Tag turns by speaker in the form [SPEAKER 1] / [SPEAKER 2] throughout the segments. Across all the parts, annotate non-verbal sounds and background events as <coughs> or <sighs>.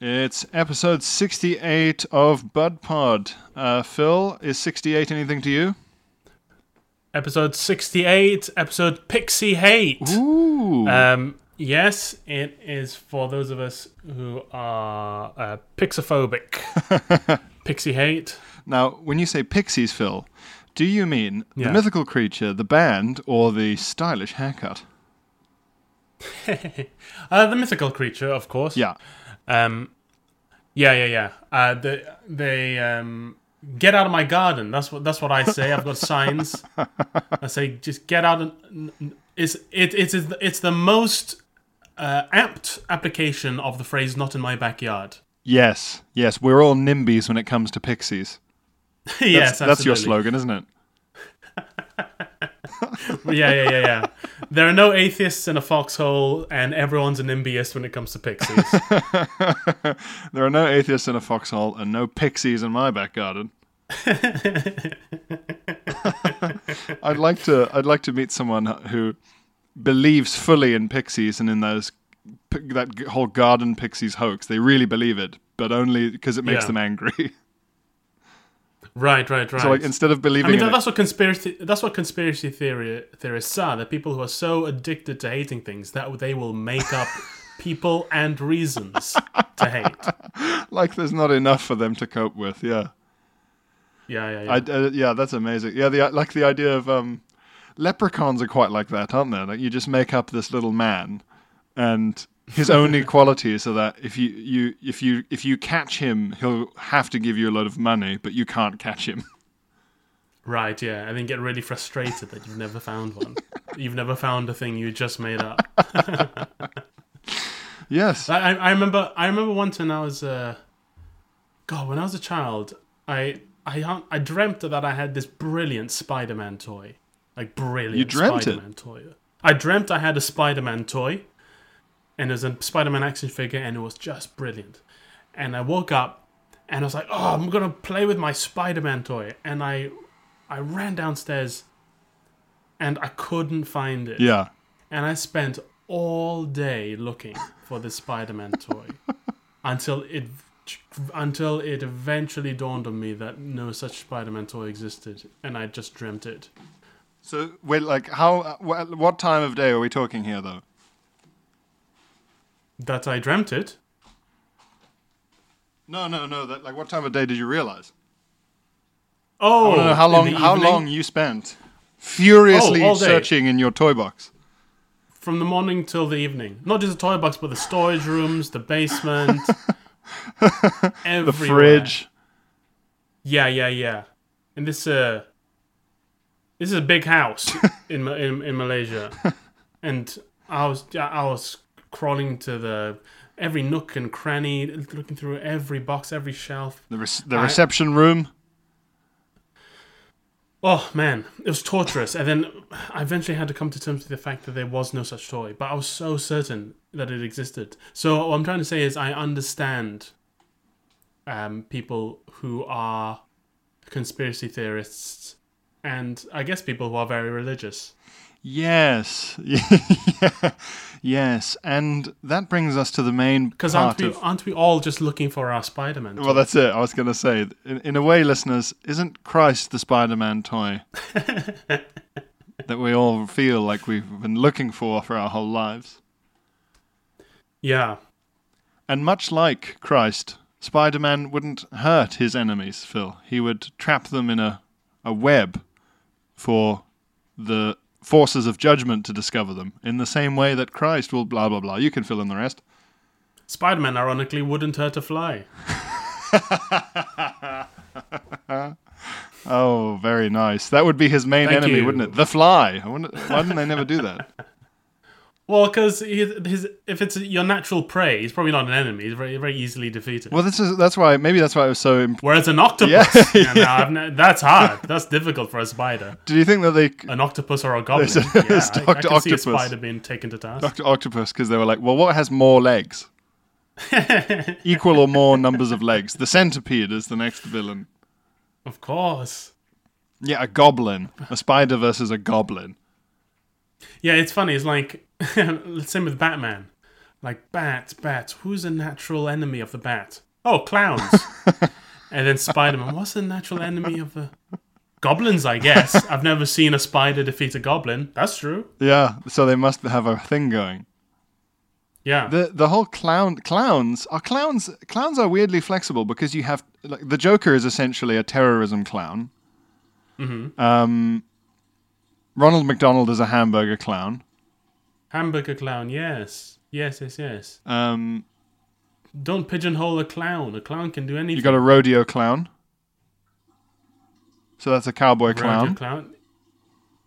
[SPEAKER 1] It's episode 68 of Bud Pod. Uh, Phil, is 68 anything to you?
[SPEAKER 2] episode 68 episode pixie hate
[SPEAKER 1] Ooh.
[SPEAKER 2] um yes it is for those of us who are uh, pixophobic
[SPEAKER 1] <laughs>
[SPEAKER 2] pixie hate
[SPEAKER 1] Now, when you say pixies, Phil, do you mean
[SPEAKER 2] Yeah.
[SPEAKER 1] the mythical creature, the band, or the stylish haircut?
[SPEAKER 2] uh, the mythical creature of course
[SPEAKER 1] Yeah.
[SPEAKER 2] um yeah yeah yeah uh they they um get out of my garden that's what that's what i say i've got signs i say just get out and n- n- it's it, it is it's the most uh, apt application of the phrase not in my backyard <laughs>
[SPEAKER 1] Yes, yes, we're all NIMBYs when it comes to pixies. That's,
[SPEAKER 2] yes
[SPEAKER 1] that's your
[SPEAKER 2] absolutely.
[SPEAKER 1] slogan, isn't it?
[SPEAKER 2] yeah, yeah, yeah, yeah. There are no atheists in a foxhole, and everyone's an NBS when it comes to pixies.
[SPEAKER 1] There are no atheists in a foxhole and no pixies in my back
[SPEAKER 2] <laughs>
[SPEAKER 1] garden. I'd like to. I'd like to meet someone who believes fully in pixies and in those pi- that g- whole garden pixies hoax. They really believe it, but only because it makes
[SPEAKER 2] Yeah.
[SPEAKER 1] them angry. <laughs>
[SPEAKER 2] right, right, right.
[SPEAKER 1] so, like, instead of
[SPEAKER 2] I
[SPEAKER 1] believing in
[SPEAKER 2] mean, that,
[SPEAKER 1] it-
[SPEAKER 2] that's what conspiracy. That's what conspiracy theory theorists are. They're people who are so addicted to hating things that they will make up people and reasons to hate.
[SPEAKER 1] like there's not enough for them to cope with. Yeah,
[SPEAKER 2] Yeah, yeah, yeah.
[SPEAKER 1] I, uh, yeah, that's amazing. Yeah, the like the idea of um, leprechauns are quite like that, aren't they? Like you just make up this little man, and <laughs> his only qualities are that if you, you if you if you catch him, he'll have to give you a lot of money, but you can't catch him. <laughs>
[SPEAKER 2] right, yeah. And then get really frustrated that you've never found one. You've never found a thing you just made up.
[SPEAKER 1] Yes.
[SPEAKER 2] I, I- I remember I remember once when I was uh, God when I was a child I I hung- I dreamt that I had this brilliant Spider-Man toy like brilliant
[SPEAKER 1] You dreamt it?
[SPEAKER 2] Spider-Man toy I dreamt I had a Spider-Man toy and it was a Spider-Man action figure and it was just brilliant and I woke up and I was like oh I'm gonna play with my Spider-Man toy and I I ran downstairs and I couldn't find it
[SPEAKER 1] yeah.
[SPEAKER 2] and I spent all day looking for the
[SPEAKER 1] <laughs>
[SPEAKER 2] Spider-Man toy until it until it eventually dawned on me that no such Spider-Man toy existed, and I just dreamt it.
[SPEAKER 1] So wait, like how? wh- What time of day are we talking here, though?
[SPEAKER 2] That I dreamt it.
[SPEAKER 1] No, no, no. That like what time of day did you realize?
[SPEAKER 2] Oh,
[SPEAKER 1] I don't know how
[SPEAKER 2] in
[SPEAKER 1] long
[SPEAKER 2] the
[SPEAKER 1] how
[SPEAKER 2] evening?
[SPEAKER 1] long you spent furiously
[SPEAKER 2] all day.
[SPEAKER 1] searching in your toy box.
[SPEAKER 2] from the morning till the evening. Not just the toy box, but the storage rooms, the basement,
[SPEAKER 1] <laughs>
[SPEAKER 2] everywhere.
[SPEAKER 1] The fridge.
[SPEAKER 2] Yeah, yeah, yeah. And this uh this is a big house in Ma- in, in Malaysia. And I was yeah, I was crawling to the every nook and cranny, looking through every box, every shelf.
[SPEAKER 1] The, re- the reception room.
[SPEAKER 2] Oh man, it was torturous. And then I eventually had to come to terms with the fact that there was no such toy, but I was so certain that it existed. So what I'm trying to say is I understand um, people who are conspiracy theorists and I guess people who are very religious.
[SPEAKER 1] Yes. <laughs> yes. And that brings us to the main
[SPEAKER 2] Because aren't
[SPEAKER 1] part
[SPEAKER 2] we
[SPEAKER 1] of.
[SPEAKER 2] aren't we all just looking for our Spider-Man?
[SPEAKER 1] Well, that's it. I was going to say, in, in a way, listeners, isn't Christ the Spider Man toy that we all feel like we've been looking for for our whole lives?
[SPEAKER 2] yeah.
[SPEAKER 1] And much like Christ, Spider Man wouldn't hurt his enemies, Phil. He would trap them in a, a web for the forces of judgment to discover them, in the same way that Christ will blah, blah, blah. You can fill in the rest.
[SPEAKER 2] Spider-Man ironically wouldn't hurt a fly.
[SPEAKER 1] Oh, very nice. That would be his main
[SPEAKER 2] Thank
[SPEAKER 1] enemy,
[SPEAKER 2] you.
[SPEAKER 1] wouldn't it? The Fly. I wonder, why didn't they never do that?
[SPEAKER 2] Well, because his if it's your natural prey, he's probably not an enemy. He's very very easily defeated.
[SPEAKER 1] Well, this is that's why maybe that's why I was so. Imp-
[SPEAKER 2] Whereas an octopus,
[SPEAKER 1] Yeah. <laughs>
[SPEAKER 2] yeah, no, I've ne- that's hard. That's difficult for a spider.
[SPEAKER 1] Do you think that they
[SPEAKER 2] An octopus or a goblin.
[SPEAKER 1] It's a-
[SPEAKER 2] yeah,
[SPEAKER 1] it's
[SPEAKER 2] I,
[SPEAKER 1] Dr.
[SPEAKER 2] I can see a
[SPEAKER 1] Octopus.
[SPEAKER 2] spider being taken to task.
[SPEAKER 1] Doctor Octopus because they were like, well, what has more
[SPEAKER 2] <laughs>
[SPEAKER 1] legs? Equal or more numbers of legs. The centipede is the next villain.
[SPEAKER 2] Of course.
[SPEAKER 1] Yeah, a goblin. A spider versus a goblin.
[SPEAKER 2] Yeah, it's funny. It's like <laughs> same with Batman. Like bat, bat. Who's a natural enemy of the bat?
[SPEAKER 1] <laughs>
[SPEAKER 2] Oh, clowns. and then Spider Man. What's the natural enemy of the goblins?
[SPEAKER 1] <laughs>
[SPEAKER 2] I guess I've never seen a spider defeat a goblin. That's true.
[SPEAKER 1] Yeah, so they must have a thing going.
[SPEAKER 2] Yeah.
[SPEAKER 1] The the whole clown clowns are clowns clowns are weirdly flexible because you have like the Joker is essentially a terrorism clown.
[SPEAKER 2] Mm-hmm.
[SPEAKER 1] Um, Ronald McDonald is a hamburger clown.
[SPEAKER 2] Hamburger clown. Yes. Yes. Yes. Yes.
[SPEAKER 1] Um,
[SPEAKER 2] Don't pigeonhole a clown. A clown can do anything.
[SPEAKER 1] you got a rodeo clown. So that's a cowboy
[SPEAKER 2] Roger
[SPEAKER 1] clown.
[SPEAKER 2] clown.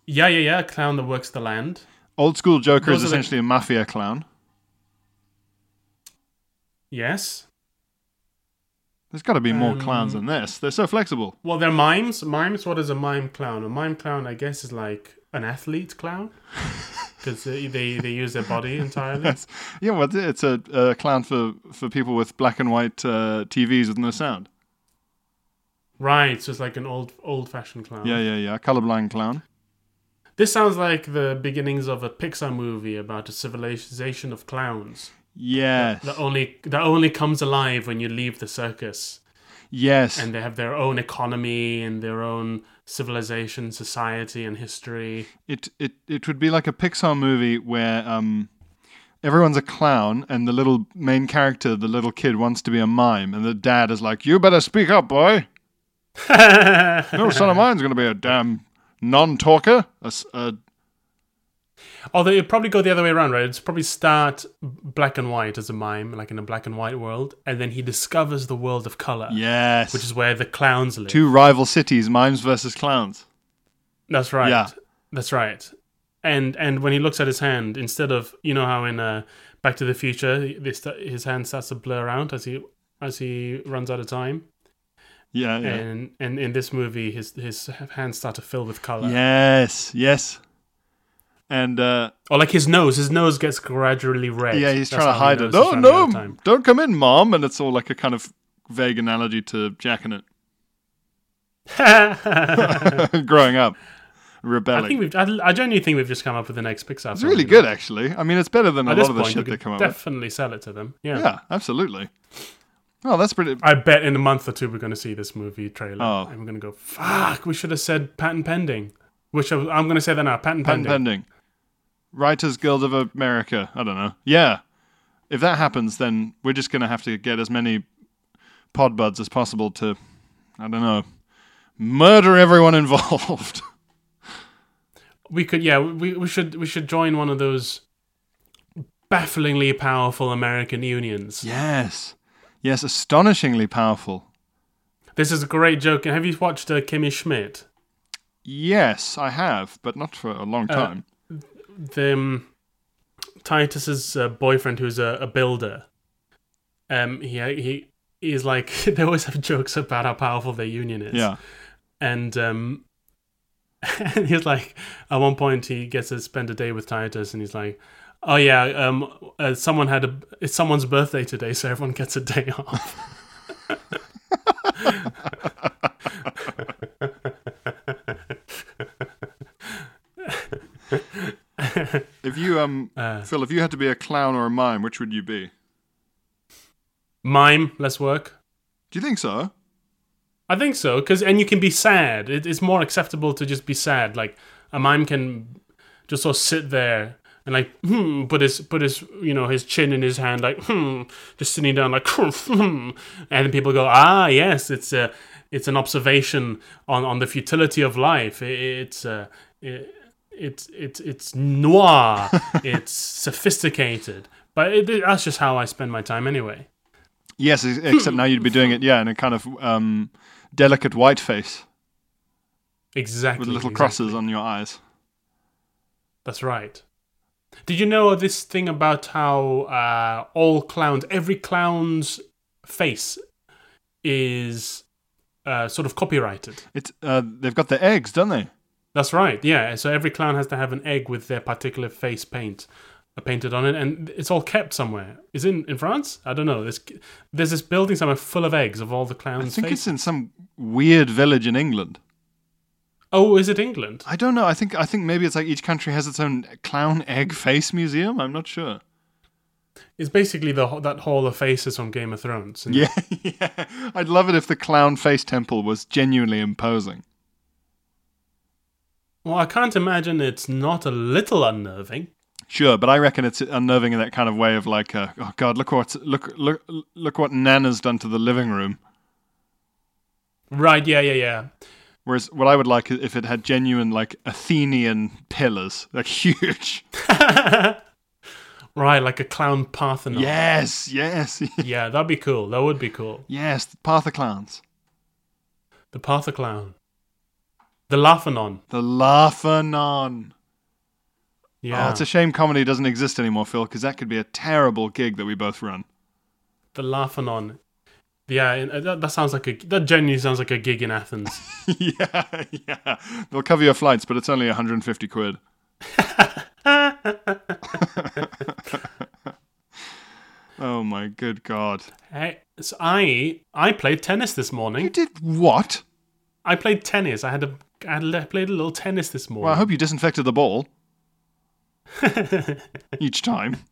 [SPEAKER 2] Yeah, yeah, yeah. A clown that works the land.
[SPEAKER 1] Old school Joker
[SPEAKER 2] Those
[SPEAKER 1] is
[SPEAKER 2] are the-
[SPEAKER 1] essentially a mafia clown.
[SPEAKER 2] Yes.
[SPEAKER 1] There's got to be
[SPEAKER 2] Um,
[SPEAKER 1] more clowns than this. They're so flexible.
[SPEAKER 2] Well, they're mimes. Mimes. What is a mime clown? A mime clown, I guess, is like an
[SPEAKER 1] <laughs>
[SPEAKER 2] athlete clown because they, they they use their body entirely.
[SPEAKER 1] That's, <laughs> yeah, well, it's a, a clown for, for people with black and white uh, TVs with no sound.
[SPEAKER 2] right. So it's like an old old fashioned clown.
[SPEAKER 1] Yeah, yeah, yeah. Colorblind clown.
[SPEAKER 2] This sounds like the beginnings of a Pixar movie about a civilization of clowns
[SPEAKER 1] Yes.
[SPEAKER 2] that only that only comes alive when you leave the circus.
[SPEAKER 1] yes.
[SPEAKER 2] And they have their own economy and their own civilization, society, and history.
[SPEAKER 1] it, it it would be like a Pixar movie where um, everyone's a clown and the little main character, the little kid, wants to be a mime, and the dad is like, "You better speak up, boy.
[SPEAKER 2] <laughs>
[SPEAKER 1] No son of mine's going to be a damn non-talker." A s a
[SPEAKER 2] <laughs> Although it'd probably go the other way around, right? It's probably start black and white as a mime, like in a black and white world, and then he discovers the world of color,
[SPEAKER 1] yes.
[SPEAKER 2] which is where the clowns live.
[SPEAKER 1] Two rival cities, mimes versus clowns.
[SPEAKER 2] That's right.
[SPEAKER 1] Yeah.
[SPEAKER 2] That's right. And and when he looks at his hand, instead of you know how in uh, Back to the Future, this his hand starts to blur out as he as he runs out of time,
[SPEAKER 1] Yeah, yeah.
[SPEAKER 2] and and in this movie, his his hands start to fill with color.
[SPEAKER 1] Yes, yes. And uh,
[SPEAKER 2] Or like his nose, his nose gets gradually red.
[SPEAKER 1] yeah, he's
[SPEAKER 2] That's
[SPEAKER 1] trying to
[SPEAKER 2] how he
[SPEAKER 1] hide it. Oh,
[SPEAKER 2] knows he's
[SPEAKER 1] No,
[SPEAKER 2] running out
[SPEAKER 1] no,
[SPEAKER 2] of time.
[SPEAKER 1] don't come in, mom. And it's all like a kind of vague analogy to Jack and
[SPEAKER 2] <laughs>
[SPEAKER 1] it <laughs> growing up,
[SPEAKER 2] I think
[SPEAKER 1] rebelling.
[SPEAKER 2] we've. I, I genuinely think we've just come up with the next Pixar.
[SPEAKER 1] It's
[SPEAKER 2] film,
[SPEAKER 1] really
[SPEAKER 2] you know.
[SPEAKER 1] good, actually. I mean, it's better than a
[SPEAKER 2] At
[SPEAKER 1] lot
[SPEAKER 2] this
[SPEAKER 1] of the
[SPEAKER 2] point, you
[SPEAKER 1] shit they
[SPEAKER 2] could
[SPEAKER 1] come up with.
[SPEAKER 2] definitely sell it to them. Yeah.
[SPEAKER 1] Yeah, absolutely. Well, that's pretty.
[SPEAKER 2] I bet in a month or two we're going to see this movie trailer,
[SPEAKER 1] Oh.
[SPEAKER 2] and we're going to go, "Fuck! We should have said patent pending." Which I, I'm going to say that now. Patent,
[SPEAKER 1] Patent
[SPEAKER 2] pending.
[SPEAKER 1] pending. Writers Guild of America. I don't know. Yeah. If that happens, then we're just going to have to get as many pod buds as possible to, I don't know, murder everyone <laughs> involved.
[SPEAKER 2] We could, yeah, we, we should we should join one of those bafflingly powerful American unions.
[SPEAKER 1] yes. Yes, astonishingly powerful.
[SPEAKER 2] This is a great joke. Have you watched uh, Kimmy Schmidt?
[SPEAKER 1] Yes, I have, but not for a long
[SPEAKER 2] Uh,
[SPEAKER 1] time.
[SPEAKER 2] the um, Titus's uh, boyfriend, who's a, a builder, um, he he he's like <laughs> they always have jokes about how powerful their union is.
[SPEAKER 1] yeah.
[SPEAKER 2] and um, <laughs> and he's like at one point he gets to spend a day with Titus, and he's like. Oh yeah, um, uh, someone had a. It's someone's birthday today, so everyone gets a day <laughs> off.
[SPEAKER 1] If you, um,
[SPEAKER 2] Uh.
[SPEAKER 1] Phil, if you had to be a clown or a mime, which would you be?
[SPEAKER 2] Mime, less work.
[SPEAKER 1] Do you think so?
[SPEAKER 2] I think so, because and you can be sad. It, it's more acceptable to just be sad. Like a mime can just sort of sit there and like <laughs> hmm, put his put his you know his chin in his hand, like <laughs> hmm, just sitting down, like <laughs> hmm, and then people go, ah, yes, it's a it's an observation on on the futility of life. It, it's a it, it's it's it's noir. it's sophisticated. But it, it- that's just how I spend my time anyway.
[SPEAKER 1] Yes, ex- except now you'd be doing it, yeah, in a kind of um, delicate white face.
[SPEAKER 2] Exactly.
[SPEAKER 1] with little
[SPEAKER 2] exactly.
[SPEAKER 1] crosses on your eyes.
[SPEAKER 2] That's right. Did you know this thing about how uh, all clowns, every clown's face is uh, sort of copyrighted?
[SPEAKER 1] It's uh, they've got their eggs, don't they?
[SPEAKER 2] That's right. Yeah. So every clown has to have an egg with their particular face paint uh, painted on it, and it's all kept somewhere. Is it in in France? I don't know. There's there's this building somewhere full of eggs of all the
[SPEAKER 1] I
[SPEAKER 2] clowns'
[SPEAKER 1] think
[SPEAKER 2] faces.
[SPEAKER 1] it's in some weird village in England.
[SPEAKER 2] Oh, is it England?
[SPEAKER 1] I don't know. I think I think maybe it's like each country has its own clown egg face museum. I'm not sure.
[SPEAKER 2] It's basically the ho- that hall of faces from Game of Thrones. isn't it?
[SPEAKER 1] Yeah, <laughs> yeah. I'd love it if the clown face temple was genuinely imposing.
[SPEAKER 2] Well, I can't imagine it's not a little unnerving.
[SPEAKER 1] Sure, but I reckon it's unnerving in that kind of way of like, uh, oh god, look what look look look what Nana's done to the living room.
[SPEAKER 2] Right? Yeah, yeah, yeah.
[SPEAKER 1] Whereas what I would like is if it had genuine like Athenian pillars, like <laughs> huge.
[SPEAKER 2] <laughs> Right, like a clown Parthenon.
[SPEAKER 1] Yes, yes, <laughs>
[SPEAKER 2] Yeah, that'd be cool. That would be cool.
[SPEAKER 1] yes. The Parthoclans,
[SPEAKER 2] The Parthoclown. The Laughanon.
[SPEAKER 1] the Laughanon.
[SPEAKER 2] Yeah.
[SPEAKER 1] Oh, it's a shame comedy doesn't exist anymore, Phil, because that could be a terrible gig that we both run.
[SPEAKER 2] the Laughanon. Yeah, and, uh, that, that sounds like a that genuinely sounds like a gig in Athens.
[SPEAKER 1] <laughs> yeah, yeah. They'll cover your flights, but it's only 150 quid. <laughs> oh my good god.
[SPEAKER 2] hey, so I I played tennis this
[SPEAKER 1] You
[SPEAKER 2] morning.
[SPEAKER 1] did what?
[SPEAKER 2] I played tennis. I had a I had a, played a little tennis this morning.
[SPEAKER 1] Well, I hope you disinfected the ball
[SPEAKER 2] <laughs>
[SPEAKER 1] each time. <laughs>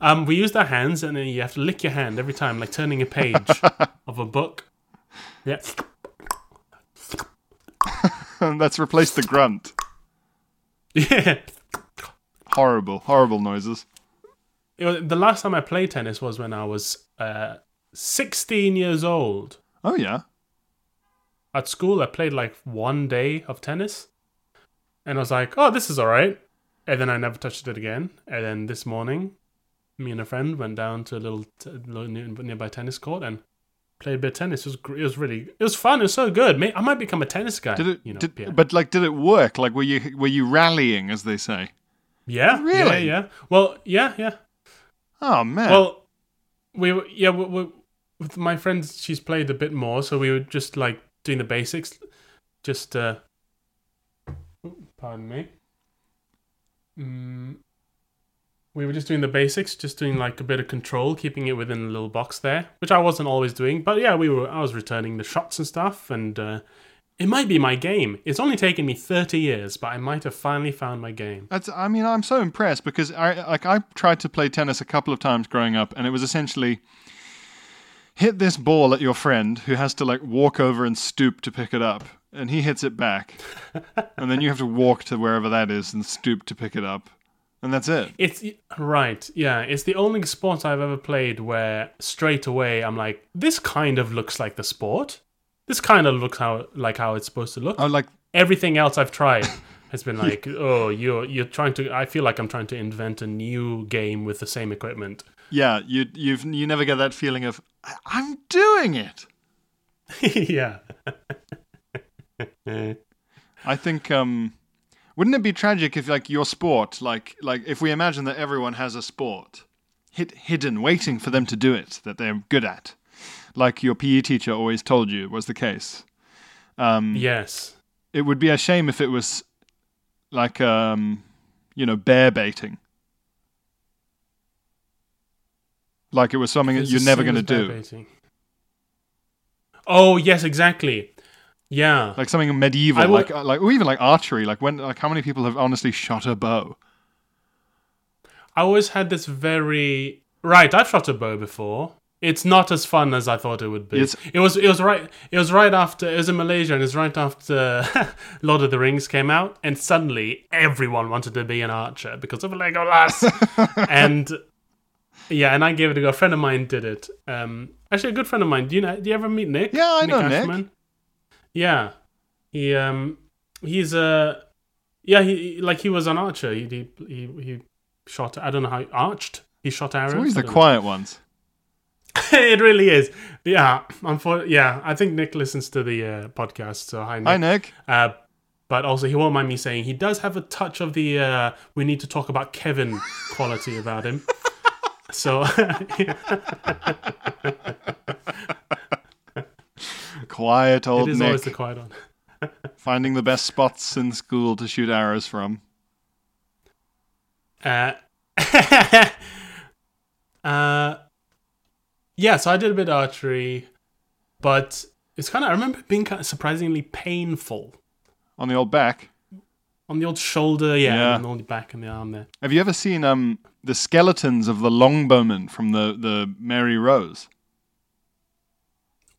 [SPEAKER 2] Um, we used our hands, and then you have to lick your hand every time, like turning a page
[SPEAKER 1] <laughs>
[SPEAKER 2] of a book. Yeah, <laughs>
[SPEAKER 1] And That's replaced the grunt.
[SPEAKER 2] yeah.
[SPEAKER 1] Horrible, horrible noises.
[SPEAKER 2] It was, the last time I played tennis was when I was uh, 16 years old.
[SPEAKER 1] Oh yeah.
[SPEAKER 2] At school, I played like one day of tennis, and I was like, "Oh, this is all right." And then I never touched it again. And then this morning, me and a friend went down to a little, t- little near- nearby tennis court and played a bit of tennis. It was gr- it was really it was fun. It was so good. May- I might become a tennis guy.
[SPEAKER 1] Did it
[SPEAKER 2] You know,
[SPEAKER 1] did,
[SPEAKER 2] yeah.
[SPEAKER 1] but like did it work? Like were you were you rallying as they say?
[SPEAKER 2] Yeah.
[SPEAKER 1] Really?
[SPEAKER 2] Yeah, yeah. Well, yeah, yeah.
[SPEAKER 1] Oh man.
[SPEAKER 2] Well, we were, yeah, we, we, with my friend, she's played a bit more, so we were just like doing the basics. Just, uh, pardon me. Mm, we were just doing the basics, just doing like a bit of control, keeping it within the little box there, which I wasn't always doing. But yeah, we were, I was returning the shots and stuff, and, uh, it might be my game. It's only taken me 30 years, but I might have finally found my game.
[SPEAKER 1] That's. I mean, I'm so impressed because I like I tried to play tennis a couple of times growing up, and it was essentially hit this ball at your friend who has to like walk over and stoop to pick it up, and he hits it back, and then you have to walk to wherever that is and stoop to pick it up, and that's it.
[SPEAKER 2] It's right, yeah. It's the only sport I've ever played where straight away I'm like, this kind of looks like the sport. This kind of looks how like how it's supposed to look.
[SPEAKER 1] Oh, like
[SPEAKER 2] Everything else I've tried has been like, oh, you're you're trying to. I feel like I'm trying to invent a new game with the same equipment. <laughs>
[SPEAKER 1] yeah, you you've you never get that feeling of "I- I'm doing it.
[SPEAKER 2] yeah.
[SPEAKER 1] I think um wouldn't it be tragic if like your sport like like if we imagine that everyone has a sport hid, hidden waiting for them to do it that they're good at like your PE teacher always told you was the case. Um,
[SPEAKER 2] Yes.
[SPEAKER 1] It would be a shame if it was like um you know bear baiting. Like it was something that
[SPEAKER 2] It's
[SPEAKER 1] you're
[SPEAKER 2] the
[SPEAKER 1] never
[SPEAKER 2] same
[SPEAKER 1] going to
[SPEAKER 2] as bear
[SPEAKER 1] do.
[SPEAKER 2] baiting. Oh yes, exactly. Yeah.
[SPEAKER 1] Like something medieval
[SPEAKER 2] I would-
[SPEAKER 1] like uh, like or even like archery like when like how many people have honestly shot a bow? <laughs>
[SPEAKER 2] I always had this very right. I've shot a bow before. It's not as fun as I thought it would be.
[SPEAKER 1] It's-
[SPEAKER 2] It was. It was right. It was right after. It was in Malaysia, and it was right after <laughs> Lord of the Rings came out, and suddenly everyone wanted to be an archer because of Legolas. and yeah, and I gave it a go. A friend of mine did it. Um, actually, a good friend of mine. Do you know? Do you ever meet Nick?
[SPEAKER 1] Yeah, I know Nick.
[SPEAKER 2] Yeah, he um, he's a yeah. He like he was an archer. He he he, he shot. I don't know how he arched. He shot arrows.
[SPEAKER 1] It's always
[SPEAKER 2] I
[SPEAKER 1] the
[SPEAKER 2] don't know. <laughs>
[SPEAKER 1] quiet ones.
[SPEAKER 2] it really is. Yeah, I'm for, yeah. I think Nick listens to the uh, podcast. So hi, Nick.
[SPEAKER 1] Hi Nick.
[SPEAKER 2] Uh, But also, he won't mind me saying he does have a touch of the uh, we need to talk about Kevin <laughs> quality about him. So, <laughs>
[SPEAKER 1] Quiet old
[SPEAKER 2] it is
[SPEAKER 1] Nick,
[SPEAKER 2] always the quiet one.
[SPEAKER 1] finding the best spots in school to shoot arrows from.
[SPEAKER 2] Uh, <laughs> uh, yeah, so I did a bit of archery, but it's kind of, I remember it being kind of surprisingly painful
[SPEAKER 1] On the old back.
[SPEAKER 2] on the old shoulder, yeah,
[SPEAKER 1] Yeah.
[SPEAKER 2] and on the back and the arm there.
[SPEAKER 1] Have you ever seen um the skeletons of the longbowmen from the the Mary Rose?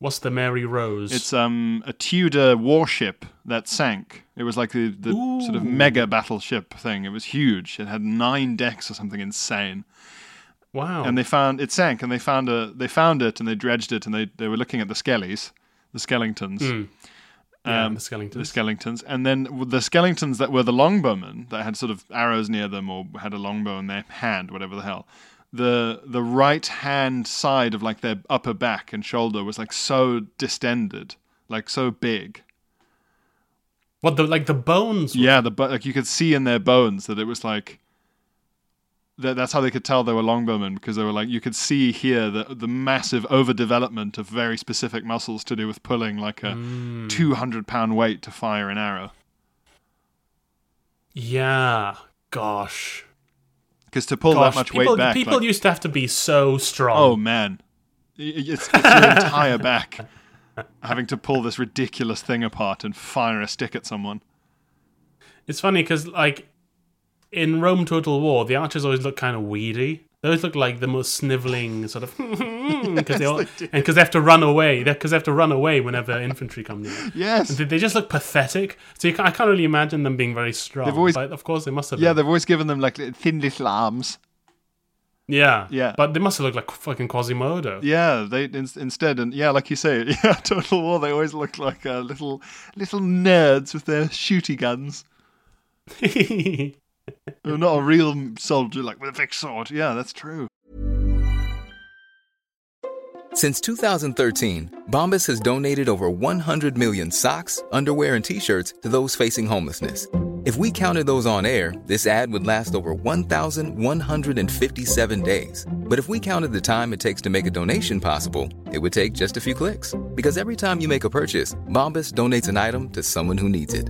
[SPEAKER 2] What's the Mary Rose?
[SPEAKER 1] It's um a Tudor warship that sank. It was like the, the sort of
[SPEAKER 2] Ooh.
[SPEAKER 1] mega battleship thing. It was huge. It had nine decks or something insane.
[SPEAKER 2] wow.
[SPEAKER 1] And they found it sank, and they found a they found it, and they dredged it, and they they were looking at the skellies, the skeletons.
[SPEAKER 2] Hmm. yeah, the
[SPEAKER 1] um, the
[SPEAKER 2] skeletons.
[SPEAKER 1] skeletons, and then w- the skeletons that were the longbowmen that had sort of arrows near them or had a longbow in their hand, whatever the hell. The the right hand side of like their upper back and shoulder was like so distended, like so big.
[SPEAKER 2] What the like the bones? were-
[SPEAKER 1] Yeah, the but like you could see in their bones that it was like. That, that's how they could tell they were longbowmen because they were like you could see here the the massive overdevelopment of very specific muscles to do with pulling like a two hundred pound weight to fire an arrow.
[SPEAKER 2] Yeah. Gosh.
[SPEAKER 1] Because to pull
[SPEAKER 2] Gosh.
[SPEAKER 1] that much
[SPEAKER 2] people
[SPEAKER 1] weight back,
[SPEAKER 2] people
[SPEAKER 1] like-
[SPEAKER 2] used to have to be so strong.
[SPEAKER 1] oh man, I- I- it's, it's your entire back <laughs> having to pull this ridiculous thing apart and fire a stick at someone.
[SPEAKER 2] It's funny because like in Rome Total War, the archers always look kind of weedy. They always look like the most sniveling
[SPEAKER 1] <laughs>
[SPEAKER 2] sort of <laughs> because they all, and because they have to run away. Because they have to run away whenever infantry come near.
[SPEAKER 1] Yes,
[SPEAKER 2] They- They just look pathetic. So you can, I can't really imagine them being very strong.
[SPEAKER 1] They've always-
[SPEAKER 2] but of course they must have.
[SPEAKER 1] yeah,
[SPEAKER 2] been.
[SPEAKER 1] they've always given them like li- thin little arms.
[SPEAKER 2] yeah,
[SPEAKER 1] Yeah.
[SPEAKER 2] But they must have looked like fucking Quasimodo.
[SPEAKER 1] Yeah, they in, instead and yeah, like you say, <laughs> yeah, Total War. They always look like uh, little little nerds with their shooty guns.
[SPEAKER 2] <laughs>
[SPEAKER 1] They're not a real m- soldier like with a fixed sword. Yeah, that's true. <laughs>
[SPEAKER 3] Since 2013, Bombas has donated over 100 million socks, underwear, and t shirts to those facing homelessness. If we counted those on air, this ad would last over 1,157 days. But if we counted the time it takes to make a donation possible, it would take just a few clicks. Because every time you make a purchase, Bombas donates an item to someone who needs it.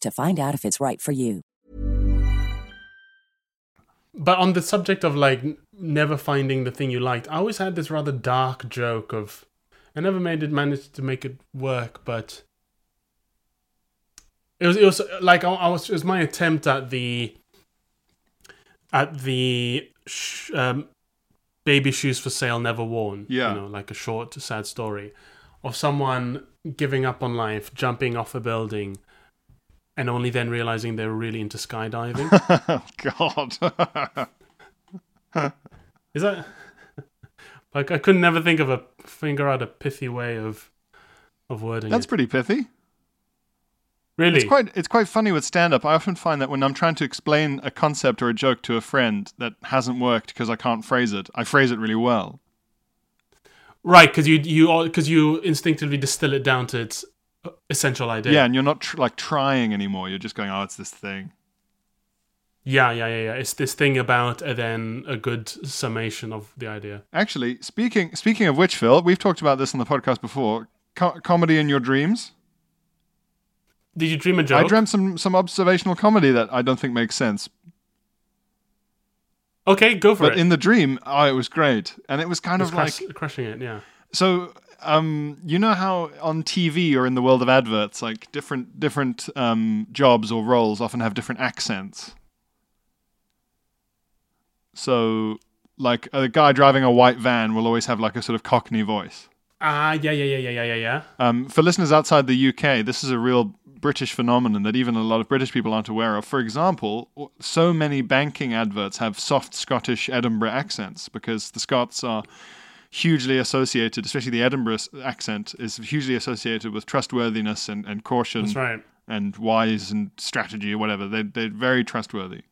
[SPEAKER 4] to find out if it's right for you.
[SPEAKER 2] But on the subject of like n- never finding the thing you liked, I always had this rather dark joke of I never made it managed to make it work, but it was it was uh, like I, I was it was my attempt at the at the sh- um, baby shoes for sale never worn.
[SPEAKER 1] Yeah.
[SPEAKER 2] you know, like a short sad story of someone giving up on life, jumping off a building, and only then realizing they were really into skydiving.
[SPEAKER 1] Oh, God, <laughs>
[SPEAKER 2] Is that <laughs> like I could never think of a figure out a pithy way of of wording
[SPEAKER 1] that's
[SPEAKER 2] it.
[SPEAKER 1] pretty pithy.
[SPEAKER 2] really
[SPEAKER 1] It's quite it's quite funny with stand up. I often find that when I'm trying to explain a concept or a joke to a friend that hasn't worked because I can't phrase it, I phrase it really well.
[SPEAKER 2] right because you you because you instinctively distill it down to its uh, essential idea.
[SPEAKER 1] Yeah, and you're not tr- like trying anymore. You're just going, "Oh, it's this thing."
[SPEAKER 2] Yeah, yeah, yeah, yeah. It's this thing about uh, then a good summation of the idea.
[SPEAKER 1] Actually, speaking speaking of which, Phil, we've talked about this on the podcast before. Co- comedy in your dreams.
[SPEAKER 2] Did you dream a joke?
[SPEAKER 1] I dreamt some some observational comedy that I don't think makes sense,
[SPEAKER 2] Okay, go for
[SPEAKER 1] but
[SPEAKER 2] it.
[SPEAKER 1] in the dream, oh, it was great, and it was kind
[SPEAKER 2] It's
[SPEAKER 1] of like
[SPEAKER 2] crush- crushing it. Yeah.
[SPEAKER 1] so um you know how on TV or in the world of adverts like different different um jobs or roles often have different accents. So like a guy driving a white van will always have like a sort of cockney voice.
[SPEAKER 2] Ah, yeah, yeah, yeah, yeah, yeah, yeah, yeah.
[SPEAKER 1] Um, for listeners outside the UK, this is a real British phenomenon that even a lot of British people aren't aware of. For example, w- so many banking adverts have soft Scottish Edinburgh accents because the Scots are hugely associated, especially the Edinburgh s- accent, is hugely associated with trustworthiness and, and caution
[SPEAKER 2] That's right.
[SPEAKER 1] and wise and strategy or whatever. They, they're very trustworthy.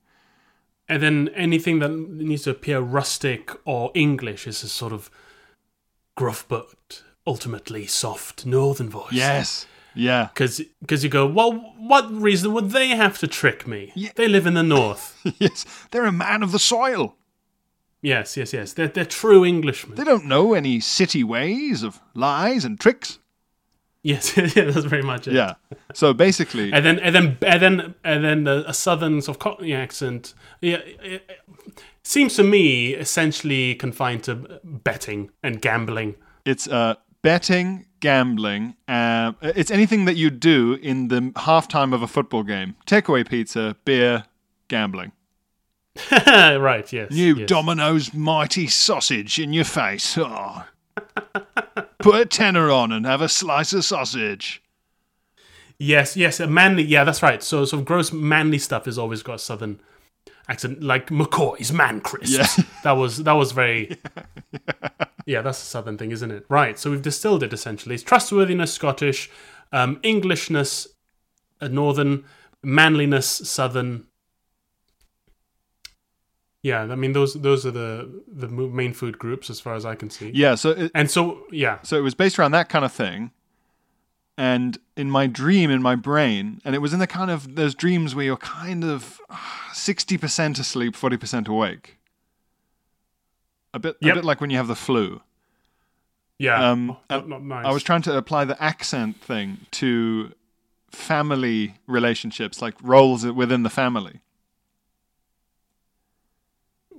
[SPEAKER 2] And then anything that needs to appear rustic or English is a sort of gruff but ultimately soft northern voice.
[SPEAKER 1] Yes. Yeah.
[SPEAKER 2] Because you go, well, what reason would they have to trick me?
[SPEAKER 1] Ye-
[SPEAKER 2] They live in the north.
[SPEAKER 1] <laughs> yes. They're a man of the soil.
[SPEAKER 2] yes, yes, yes. They're, they're true Englishmen.
[SPEAKER 1] They don't know any city ways of lies and tricks.
[SPEAKER 2] <laughs> yes, <laughs> yeah, that's very much it.
[SPEAKER 1] Yeah. So basically,
[SPEAKER 2] <laughs> And then, and then, and then, and then the, a southern sort of Cockney accent. Yeah, it, it seems to me essentially confined to betting and gambling. <laughs>
[SPEAKER 1] It's uh, betting, gambling. Um, it's anything that you do in the halftime of a football game. Takeaway pizza, beer, gambling.
[SPEAKER 2] right. Yes.
[SPEAKER 1] New
[SPEAKER 2] yes.
[SPEAKER 1] Domino's mighty sausage in your face. Oh. <laughs> Put a tenner on and have a slice of sausage.
[SPEAKER 2] Yes, yes, a manly. Yeah, that's right. So, so gross manly stuff has always got a southern accent, like McCoy's man crisps.
[SPEAKER 1] Yeah. <laughs>
[SPEAKER 2] That was that was very. yeah, that's a southern thing, isn't it? Right. So we've distilled it essentially. It's trustworthiness Scottish, um, Englishness, uh, northern, manliness southern. Yeah, I mean those those are the the mo- main food groups as far as I can see.
[SPEAKER 1] Yeah. So it,
[SPEAKER 2] And so yeah,
[SPEAKER 1] so it was based around that kind of thing. And in my dream, in my brain, and it was in the kind of those dreams where you're kind of ah, sixty percent asleep, forty percent awake. A bit,
[SPEAKER 2] Yep.
[SPEAKER 1] a bit like when you have the flu.
[SPEAKER 2] yeah.
[SPEAKER 1] Um,
[SPEAKER 2] Oh, not, not nice.
[SPEAKER 1] I was trying to apply the accent thing to family relationships, like roles within the family.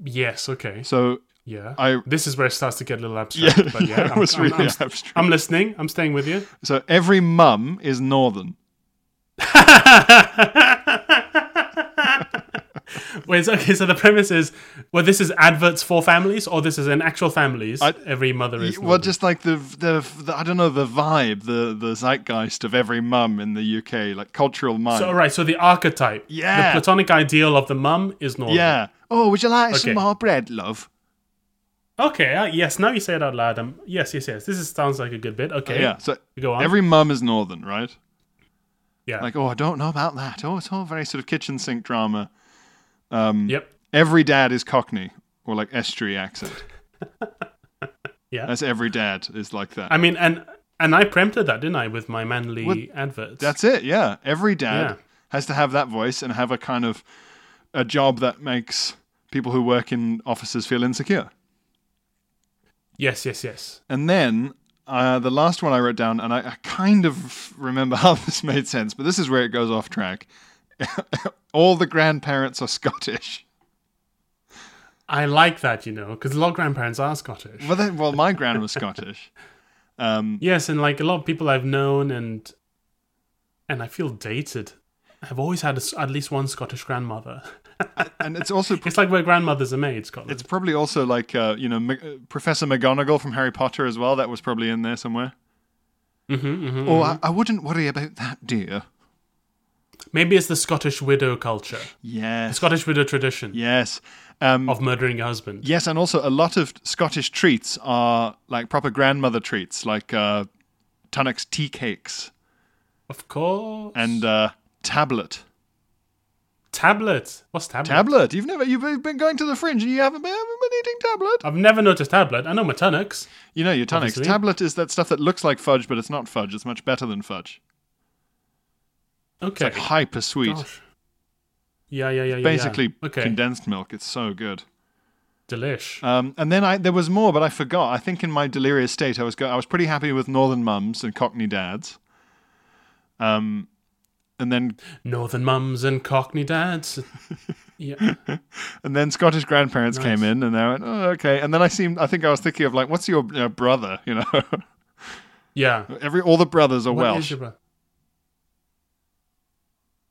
[SPEAKER 2] yes. Okay.
[SPEAKER 1] So
[SPEAKER 2] Yeah.
[SPEAKER 1] I-
[SPEAKER 2] this is where it starts to get a little abstract.
[SPEAKER 1] Yeah,
[SPEAKER 2] but
[SPEAKER 1] <laughs>
[SPEAKER 2] yeah,
[SPEAKER 1] it
[SPEAKER 2] I'm,
[SPEAKER 1] was
[SPEAKER 2] I'm-
[SPEAKER 1] really
[SPEAKER 2] I'm-
[SPEAKER 1] abstract.
[SPEAKER 2] I'm listening. I'm staying with you.
[SPEAKER 1] So every mum is northern.
[SPEAKER 2] Wait, so- okay, so the premise is well, this is adverts for families, or this is an actual families.
[SPEAKER 1] I-
[SPEAKER 2] Every mother is.
[SPEAKER 1] well,
[SPEAKER 2] northern.
[SPEAKER 1] just like the, the the I don't know the vibe, the the zeitgeist of every mum in the UK, like cultural mind.
[SPEAKER 2] So, all right, so the archetype.
[SPEAKER 1] Yeah.
[SPEAKER 2] The platonic ideal of the mum is normal.
[SPEAKER 1] Yeah. Oh, would you like
[SPEAKER 2] Okay.
[SPEAKER 1] some more bread, love?
[SPEAKER 2] Okay, uh, yes, now you say it out loud. Um, yes, yes, yes. This is, sounds like a good bit. Okay.
[SPEAKER 1] Yeah. So
[SPEAKER 2] Go on.
[SPEAKER 1] every mum is northern, right?
[SPEAKER 2] yeah.
[SPEAKER 1] Like, oh, I don't know about that. Oh, it's all very sort of kitchen sink drama. Um,
[SPEAKER 2] yep.
[SPEAKER 1] Every dad is Cockney or like estuary accent.
[SPEAKER 2] Yeah.
[SPEAKER 1] That's every dad is like that.
[SPEAKER 2] I mean, and and I preempted that, didn't I, with my manly
[SPEAKER 1] Well,
[SPEAKER 2] adverts?
[SPEAKER 1] That's it. Yeah, every dad
[SPEAKER 2] Yeah.
[SPEAKER 1] has to have that voice and have a kind of a job that makes people who work in offices feel insecure.
[SPEAKER 2] yes, yes, yes.
[SPEAKER 1] And then uh, the last one I wrote down, and I, I kind of remember <laughs> how this made sense, but this is where it goes off track. <laughs> All the grandparents are Scottish.
[SPEAKER 2] I like that, you know, because a lot of grandparents are Scottish.
[SPEAKER 1] Well, then, well, my grand was Scottish. Um,
[SPEAKER 2] Yes, and like a lot of people I've known and and I feel dated. I've always had a s at least one Scottish grandmother. <laughs>
[SPEAKER 1] and it's also
[SPEAKER 2] It's like where grandmothers are made, Scotland.
[SPEAKER 1] it's probably also like uh, you know M- uh, Professor McGonagall from Harry Potter as well. That was probably in there somewhere.
[SPEAKER 2] hmm hmm
[SPEAKER 1] Oh, I, I wouldn't worry about that, dear.
[SPEAKER 2] Maybe it's the Scottish widow culture, the
[SPEAKER 1] Yes.
[SPEAKER 2] Scottish widow tradition
[SPEAKER 1] Yes. Um,
[SPEAKER 2] of murdering your husband.
[SPEAKER 1] yes, and also a lot of Scottish treats are like proper grandmother treats, like uh, Tunnock's tea cakes
[SPEAKER 2] Of course.
[SPEAKER 1] and uh, tablet.
[SPEAKER 2] tablet. What's tablet?
[SPEAKER 1] Tablet. You've never you've been going to the fringe and you haven't been, haven't been eating tablet.
[SPEAKER 2] I've never noticed tablet. I know my tonics.
[SPEAKER 1] You know your Tunnock's
[SPEAKER 2] Obviously.
[SPEAKER 1] tablet is that stuff that looks like fudge, but it's not fudge. It's much better than fudge.
[SPEAKER 2] Okay.
[SPEAKER 1] Hyper sweet.
[SPEAKER 2] Gosh. Yeah, yeah, yeah, yeah.
[SPEAKER 1] Basically
[SPEAKER 2] yeah. okay,
[SPEAKER 1] condensed milk. It's so good.
[SPEAKER 2] delish.
[SPEAKER 1] Um, and then I, there was more, but I forgot. I think in my delirious state, I was go- I was pretty happy with Northern Mums and Cockney Dads. Um, and then
[SPEAKER 2] Northern mums and
[SPEAKER 1] <laughs>
[SPEAKER 2] Cockney dads. yeah,
[SPEAKER 1] and then Scottish grandparents came in, and they went, "Oh, okay." And then I seemed, I think I was thinking of like, "What's your uh, brother?" You know, <laughs>
[SPEAKER 2] yeah.
[SPEAKER 1] every all the brothers are
[SPEAKER 2] What is
[SPEAKER 1] Welsh.
[SPEAKER 2] your bro-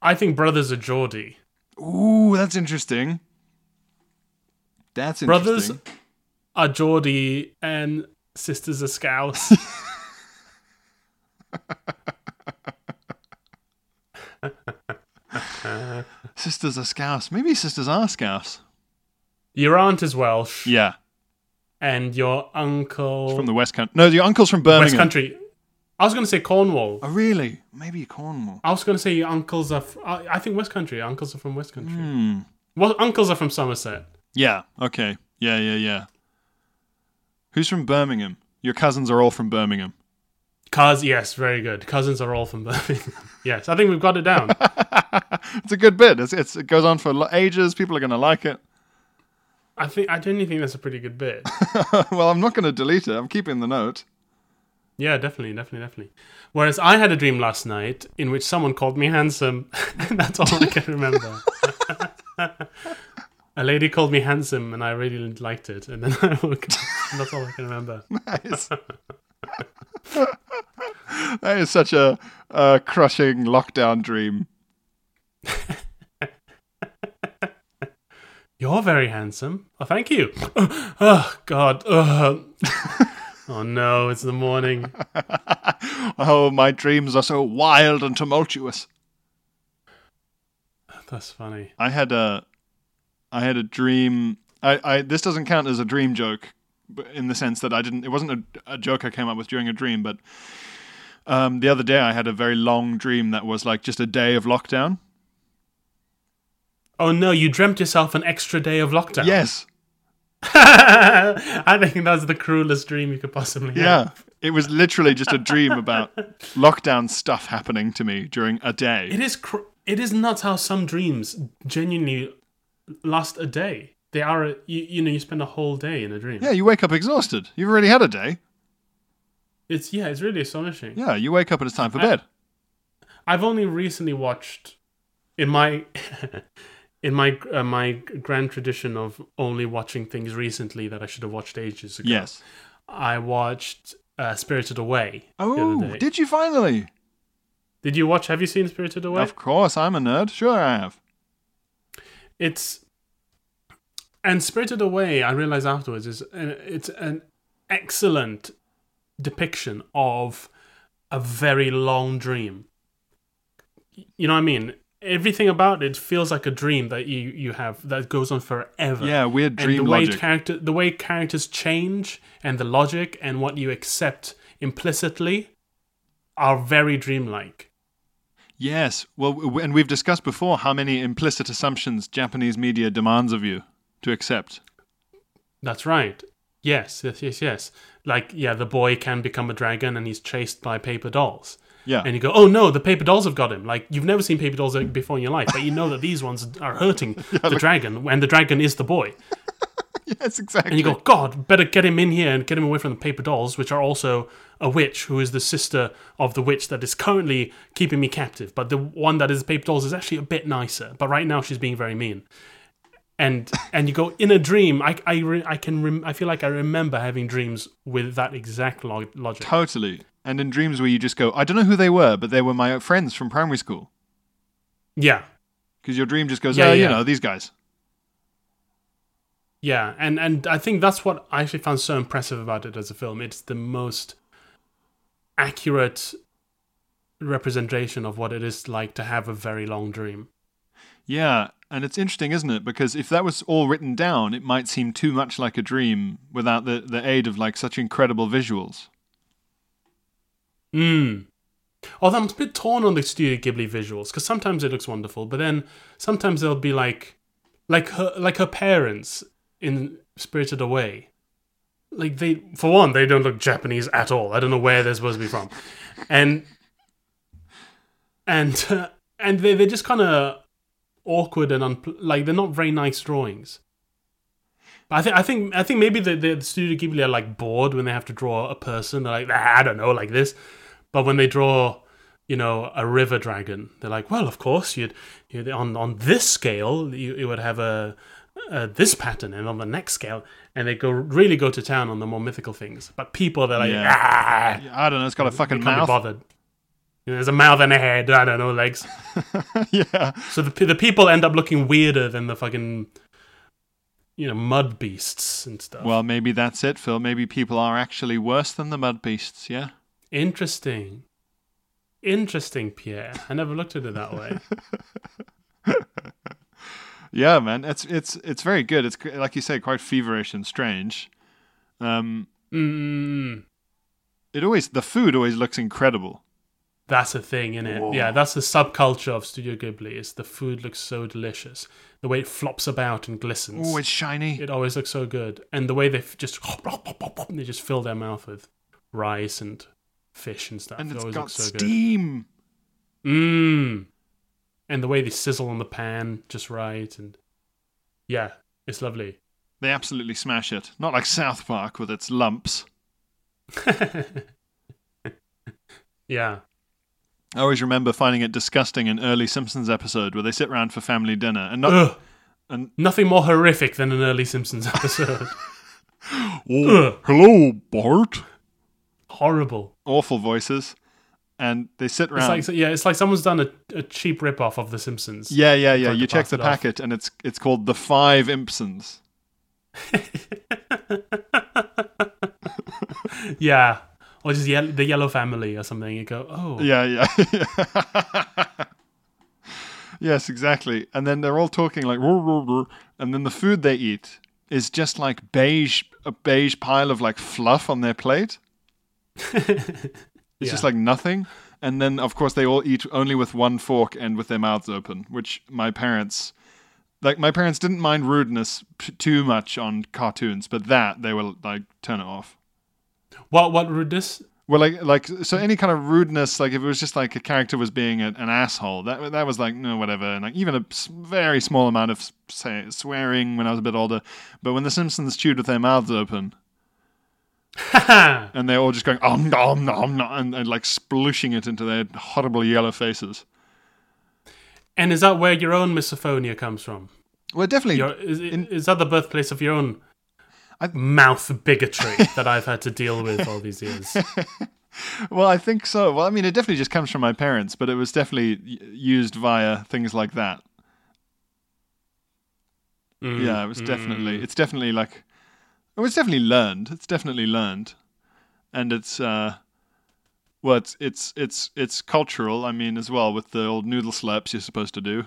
[SPEAKER 2] I think brothers are Geordie.
[SPEAKER 1] Ooh, that's interesting. That's interesting.
[SPEAKER 2] Brothers are Geordie and sisters
[SPEAKER 1] <laughs>
[SPEAKER 2] are Scouse.
[SPEAKER 1] sisters are Scouse. Maybe sisters are Scouse.
[SPEAKER 2] your aunt is Welsh,
[SPEAKER 1] Yeah,
[SPEAKER 2] and your uncle
[SPEAKER 1] from the West Country. No, your uncle's from Birmingham.
[SPEAKER 2] West Country. I was going to say Cornwall.
[SPEAKER 1] Oh, really? Maybe Cornwall.
[SPEAKER 2] I was going to say your uncles are. F- I I think West Country. Your uncles are from West Country.
[SPEAKER 1] Hmm.
[SPEAKER 2] Well, uncles are from Somerset.
[SPEAKER 1] Yeah. Okay. Yeah. Yeah. Yeah. Who's from Birmingham? Your cousins are all from Birmingham.
[SPEAKER 2] Cous yes, very good. Cousins are all from <laughs> Birmingham. yes, I think we've got
[SPEAKER 1] <laughs>
[SPEAKER 2] it down.
[SPEAKER 1] It's a good bit. It's, it's it goes on for lo- ages. People are gonna like it.
[SPEAKER 2] I think I do think that's a pretty good bit.
[SPEAKER 1] <laughs> well, I'm not gonna delete it. I'm keeping the note. <laughs>
[SPEAKER 2] Yeah, definitely, definitely, definitely. Whereas I had a dream last night in which someone called me handsome, <laughs> and that's all I can remember. <laughs> a lady called me handsome, and I really liked it, and then <laughs> I woke up, and that's all I can remember.
[SPEAKER 1] Nice. <laughs> that is such a, a crushing lockdown dream. <laughs>
[SPEAKER 2] You're very handsome. Oh, thank you. <gasps> Oh God. <sighs> Ugh. oh no, it's the morning.
[SPEAKER 1] Oh, my dreams are so wild and tumultuous.
[SPEAKER 2] That's funny.
[SPEAKER 1] I had a, I had a dream. I, I this doesn't count as a dream joke, but in the sense that I didn't. It wasn't a, a joke I came up with during a dream, but um, the other day I had a very long dream that was like just a day of lockdown.
[SPEAKER 2] Oh no, you dreamt yourself an extra day of lockdown.
[SPEAKER 1] Yes,
[SPEAKER 2] <laughs> I think that's the cruelest dream you could possibly have.
[SPEAKER 1] yeah. It was literally just a dream about lockdown stuff happening to me during a day.
[SPEAKER 2] It is. Cr- it is nuts how some dreams genuinely last a day. They are. A, you, you know, you spend a whole day in a dream.
[SPEAKER 1] Yeah, you wake up exhausted. You've already had a day.
[SPEAKER 2] It's yeah. It's really astonishing.
[SPEAKER 1] Yeah, you wake up and it's time for
[SPEAKER 2] I-
[SPEAKER 1] bed.
[SPEAKER 2] I've only recently watched, in my, <laughs> in my uh, my grand tradition of only watching things recently that I should have watched ages ago.
[SPEAKER 1] Yes.
[SPEAKER 2] I watched uh, Spirited Away. the other
[SPEAKER 1] Oh,
[SPEAKER 2] day.
[SPEAKER 1] did you finally?
[SPEAKER 2] Did you watch? Have you seen Spirited Away?
[SPEAKER 1] Of course, I'm a nerd. Sure, I have.
[SPEAKER 2] it's and spirited away i realized afterwards is an, it's an excellent depiction of a very long dream you know what i mean everything about it feels like a dream that you you have that goes on forever
[SPEAKER 1] Yeah, weird
[SPEAKER 2] and
[SPEAKER 1] dream
[SPEAKER 2] the way
[SPEAKER 1] logic.
[SPEAKER 2] character the way characters change and the logic and what you accept implicitly are very dreamlike
[SPEAKER 1] Yes. Well, w- and we've discussed before how many implicit assumptions Japanese media demands of you to
[SPEAKER 2] <laughs>
[SPEAKER 1] accept.
[SPEAKER 2] That's right. Yes, yes, yes, yes. Like, yeah, the boy can become a dragon and he's chased by paper dolls.
[SPEAKER 1] Yeah.
[SPEAKER 2] And you go, oh no, the paper dolls have got him. Like, you've never seen paper dolls uh, before in your life, but you know that these ones are hurting the dragon, and the dragon is the boy.
[SPEAKER 1] yes, exactly.
[SPEAKER 2] And you go, God, better get him in here and get him away from the paper dolls, which are also a witch who is the sister of the witch that is currently keeping me captive. But the one that is the paper dolls is actually a bit nicer. But right now she's being very mean. And and you go in a dream. I I, re, I can rem, I feel like I remember having dreams with that exact log, logic.
[SPEAKER 1] totally. And in dreams where you just go, I don't know who they were, but they were my friends from primary school.
[SPEAKER 2] Yeah,
[SPEAKER 1] Because your dream just goes,
[SPEAKER 2] Yeah,
[SPEAKER 1] oh, you
[SPEAKER 2] yeah.
[SPEAKER 1] know, these guys.
[SPEAKER 2] Yeah, and and I think that's what I actually found so impressive about it as a film. It's the most accurate representation of what it is like to have a very long dream.
[SPEAKER 1] Yeah, and it's interesting, isn't it? Because if that was all written down, it might seem too much like a dream without the, the aid of like such incredible visuals.
[SPEAKER 2] Mm. Although I'm a bit torn on the Studio Ghibli visuals because sometimes it looks wonderful, but then sometimes they'll be like, like her, like her parents in Spirited Away. Like they, for one, they don't look Japanese at all. I don't know where they're supposed to be from, <laughs> and and uh, and they they just kind of awkward and unpl- like they're not very nice drawings. But I think I think I think maybe the, the Studio Ghibli are like bored when they have to draw a person. They're like, "Ah, I don't know, like this. But when they draw, you know, a river dragon, they're like, well, of course, you'd, you'd on on this scale, you, you would have a, a this pattern, and on the next scale, and they go really go to town on the more mythical things. But people, they're like,
[SPEAKER 1] Yeah.
[SPEAKER 2] ah,
[SPEAKER 1] Yeah, I don't know. It's got a fucking
[SPEAKER 2] can't be
[SPEAKER 1] mouth.
[SPEAKER 2] bothered. You know, There's a mouth and a head. I don't know legs.
[SPEAKER 1] <laughs> yeah,
[SPEAKER 2] So the pe- the people end up looking weirder than the fucking you know mud beasts and stuff.
[SPEAKER 1] Well, maybe that's it, Phil. Maybe people are actually worse than the mud beasts, yeah?
[SPEAKER 2] interesting, interesting, Pierre. I never looked at it that
[SPEAKER 1] <laughs>
[SPEAKER 2] way.
[SPEAKER 1] Yeah, man. It's it's it's very good. It's c- like you say quite feverish and strange. Um
[SPEAKER 2] mm,
[SPEAKER 1] it always the food always looks incredible.
[SPEAKER 2] that's a thing, isn't it? Yeah, that's the subculture of Studio Ghibli. Is the food looks so delicious, the way it flops about and glistens.
[SPEAKER 1] Oh, it's shiny.
[SPEAKER 2] It always looks so good, and the way they f- just <laughs> they just fill their mouth with rice and fish and stuff.
[SPEAKER 1] and
[SPEAKER 2] it
[SPEAKER 1] it's
[SPEAKER 2] always
[SPEAKER 1] got
[SPEAKER 2] looks so good.
[SPEAKER 1] steam.
[SPEAKER 2] Mmm. And the way they sizzle on the pan just right, and yeah, it's lovely. <laughs>
[SPEAKER 1] They absolutely smash it. Not like South Park with its lumps.
[SPEAKER 2] yeah.
[SPEAKER 1] I always remember finding it disgusting in early Simpsons episode where they sit round for family dinner and not
[SPEAKER 2] Ugh.
[SPEAKER 1] and-
[SPEAKER 2] Nothing more horrific than an early
[SPEAKER 1] <laughs>
[SPEAKER 2] Simpsons episode. uh.
[SPEAKER 1] Oh, hello, Bart.
[SPEAKER 2] Horrible.
[SPEAKER 1] Awful voices. And they sit
[SPEAKER 2] It's
[SPEAKER 1] round.
[SPEAKER 2] like yeah, it's like someone's done a, a cheap ripoff of The Simpsons.
[SPEAKER 1] Yeah, yeah, yeah.
[SPEAKER 2] Tried
[SPEAKER 1] You
[SPEAKER 2] to
[SPEAKER 1] check
[SPEAKER 2] pass
[SPEAKER 1] the
[SPEAKER 2] it off.
[SPEAKER 1] packet, and it's it's called the Five Impsons.
[SPEAKER 2] <laughs> yeah. Or just ye- the Yellow Family or something. You go, oh,
[SPEAKER 1] Yeah, yeah. <laughs> yes, exactly. And then they're all talking like, "Roo, roo, roo," and then the food they eat is just like beige, a beige pile of like fluff on their plate. It's <laughs> just like nothing. And then, of course, they all eat only with one fork and with their mouths open, which my parents, like my parents, didn't mind rudeness p- too much on cartoons, but that they will like turn it off.
[SPEAKER 2] what what <laughs> rudeness?
[SPEAKER 1] Well, like, like, so any kind of rudeness, like if it was just like a character was being a, an asshole, that that was like no, whatever. And like even a s- very small amount of s- say, swearing when I was a bit older, but when the Simpsons chewed with their mouths open and they're all just going om nom nom nom and, and like splooshing it into their horrible yellow faces.
[SPEAKER 2] And is that where your own misophonia comes from?
[SPEAKER 1] Well, definitely,
[SPEAKER 2] Your, is,
[SPEAKER 1] in-
[SPEAKER 2] is that the birthplace of your own
[SPEAKER 1] I-
[SPEAKER 2] mouth bigotry
[SPEAKER 1] <laughs>
[SPEAKER 2] that I've had to deal with all these years?
[SPEAKER 1] Well, I think so. Well, I mean, it definitely just comes from my parents, but it was definitely y- used via things like that. yeah, it was definitely. It's definitely like. It was definitely learned. It's definitely learned, and it's. uh well, it's it's it's it's cultural. I mean, as well with the old noodle slurps you're supposed to do.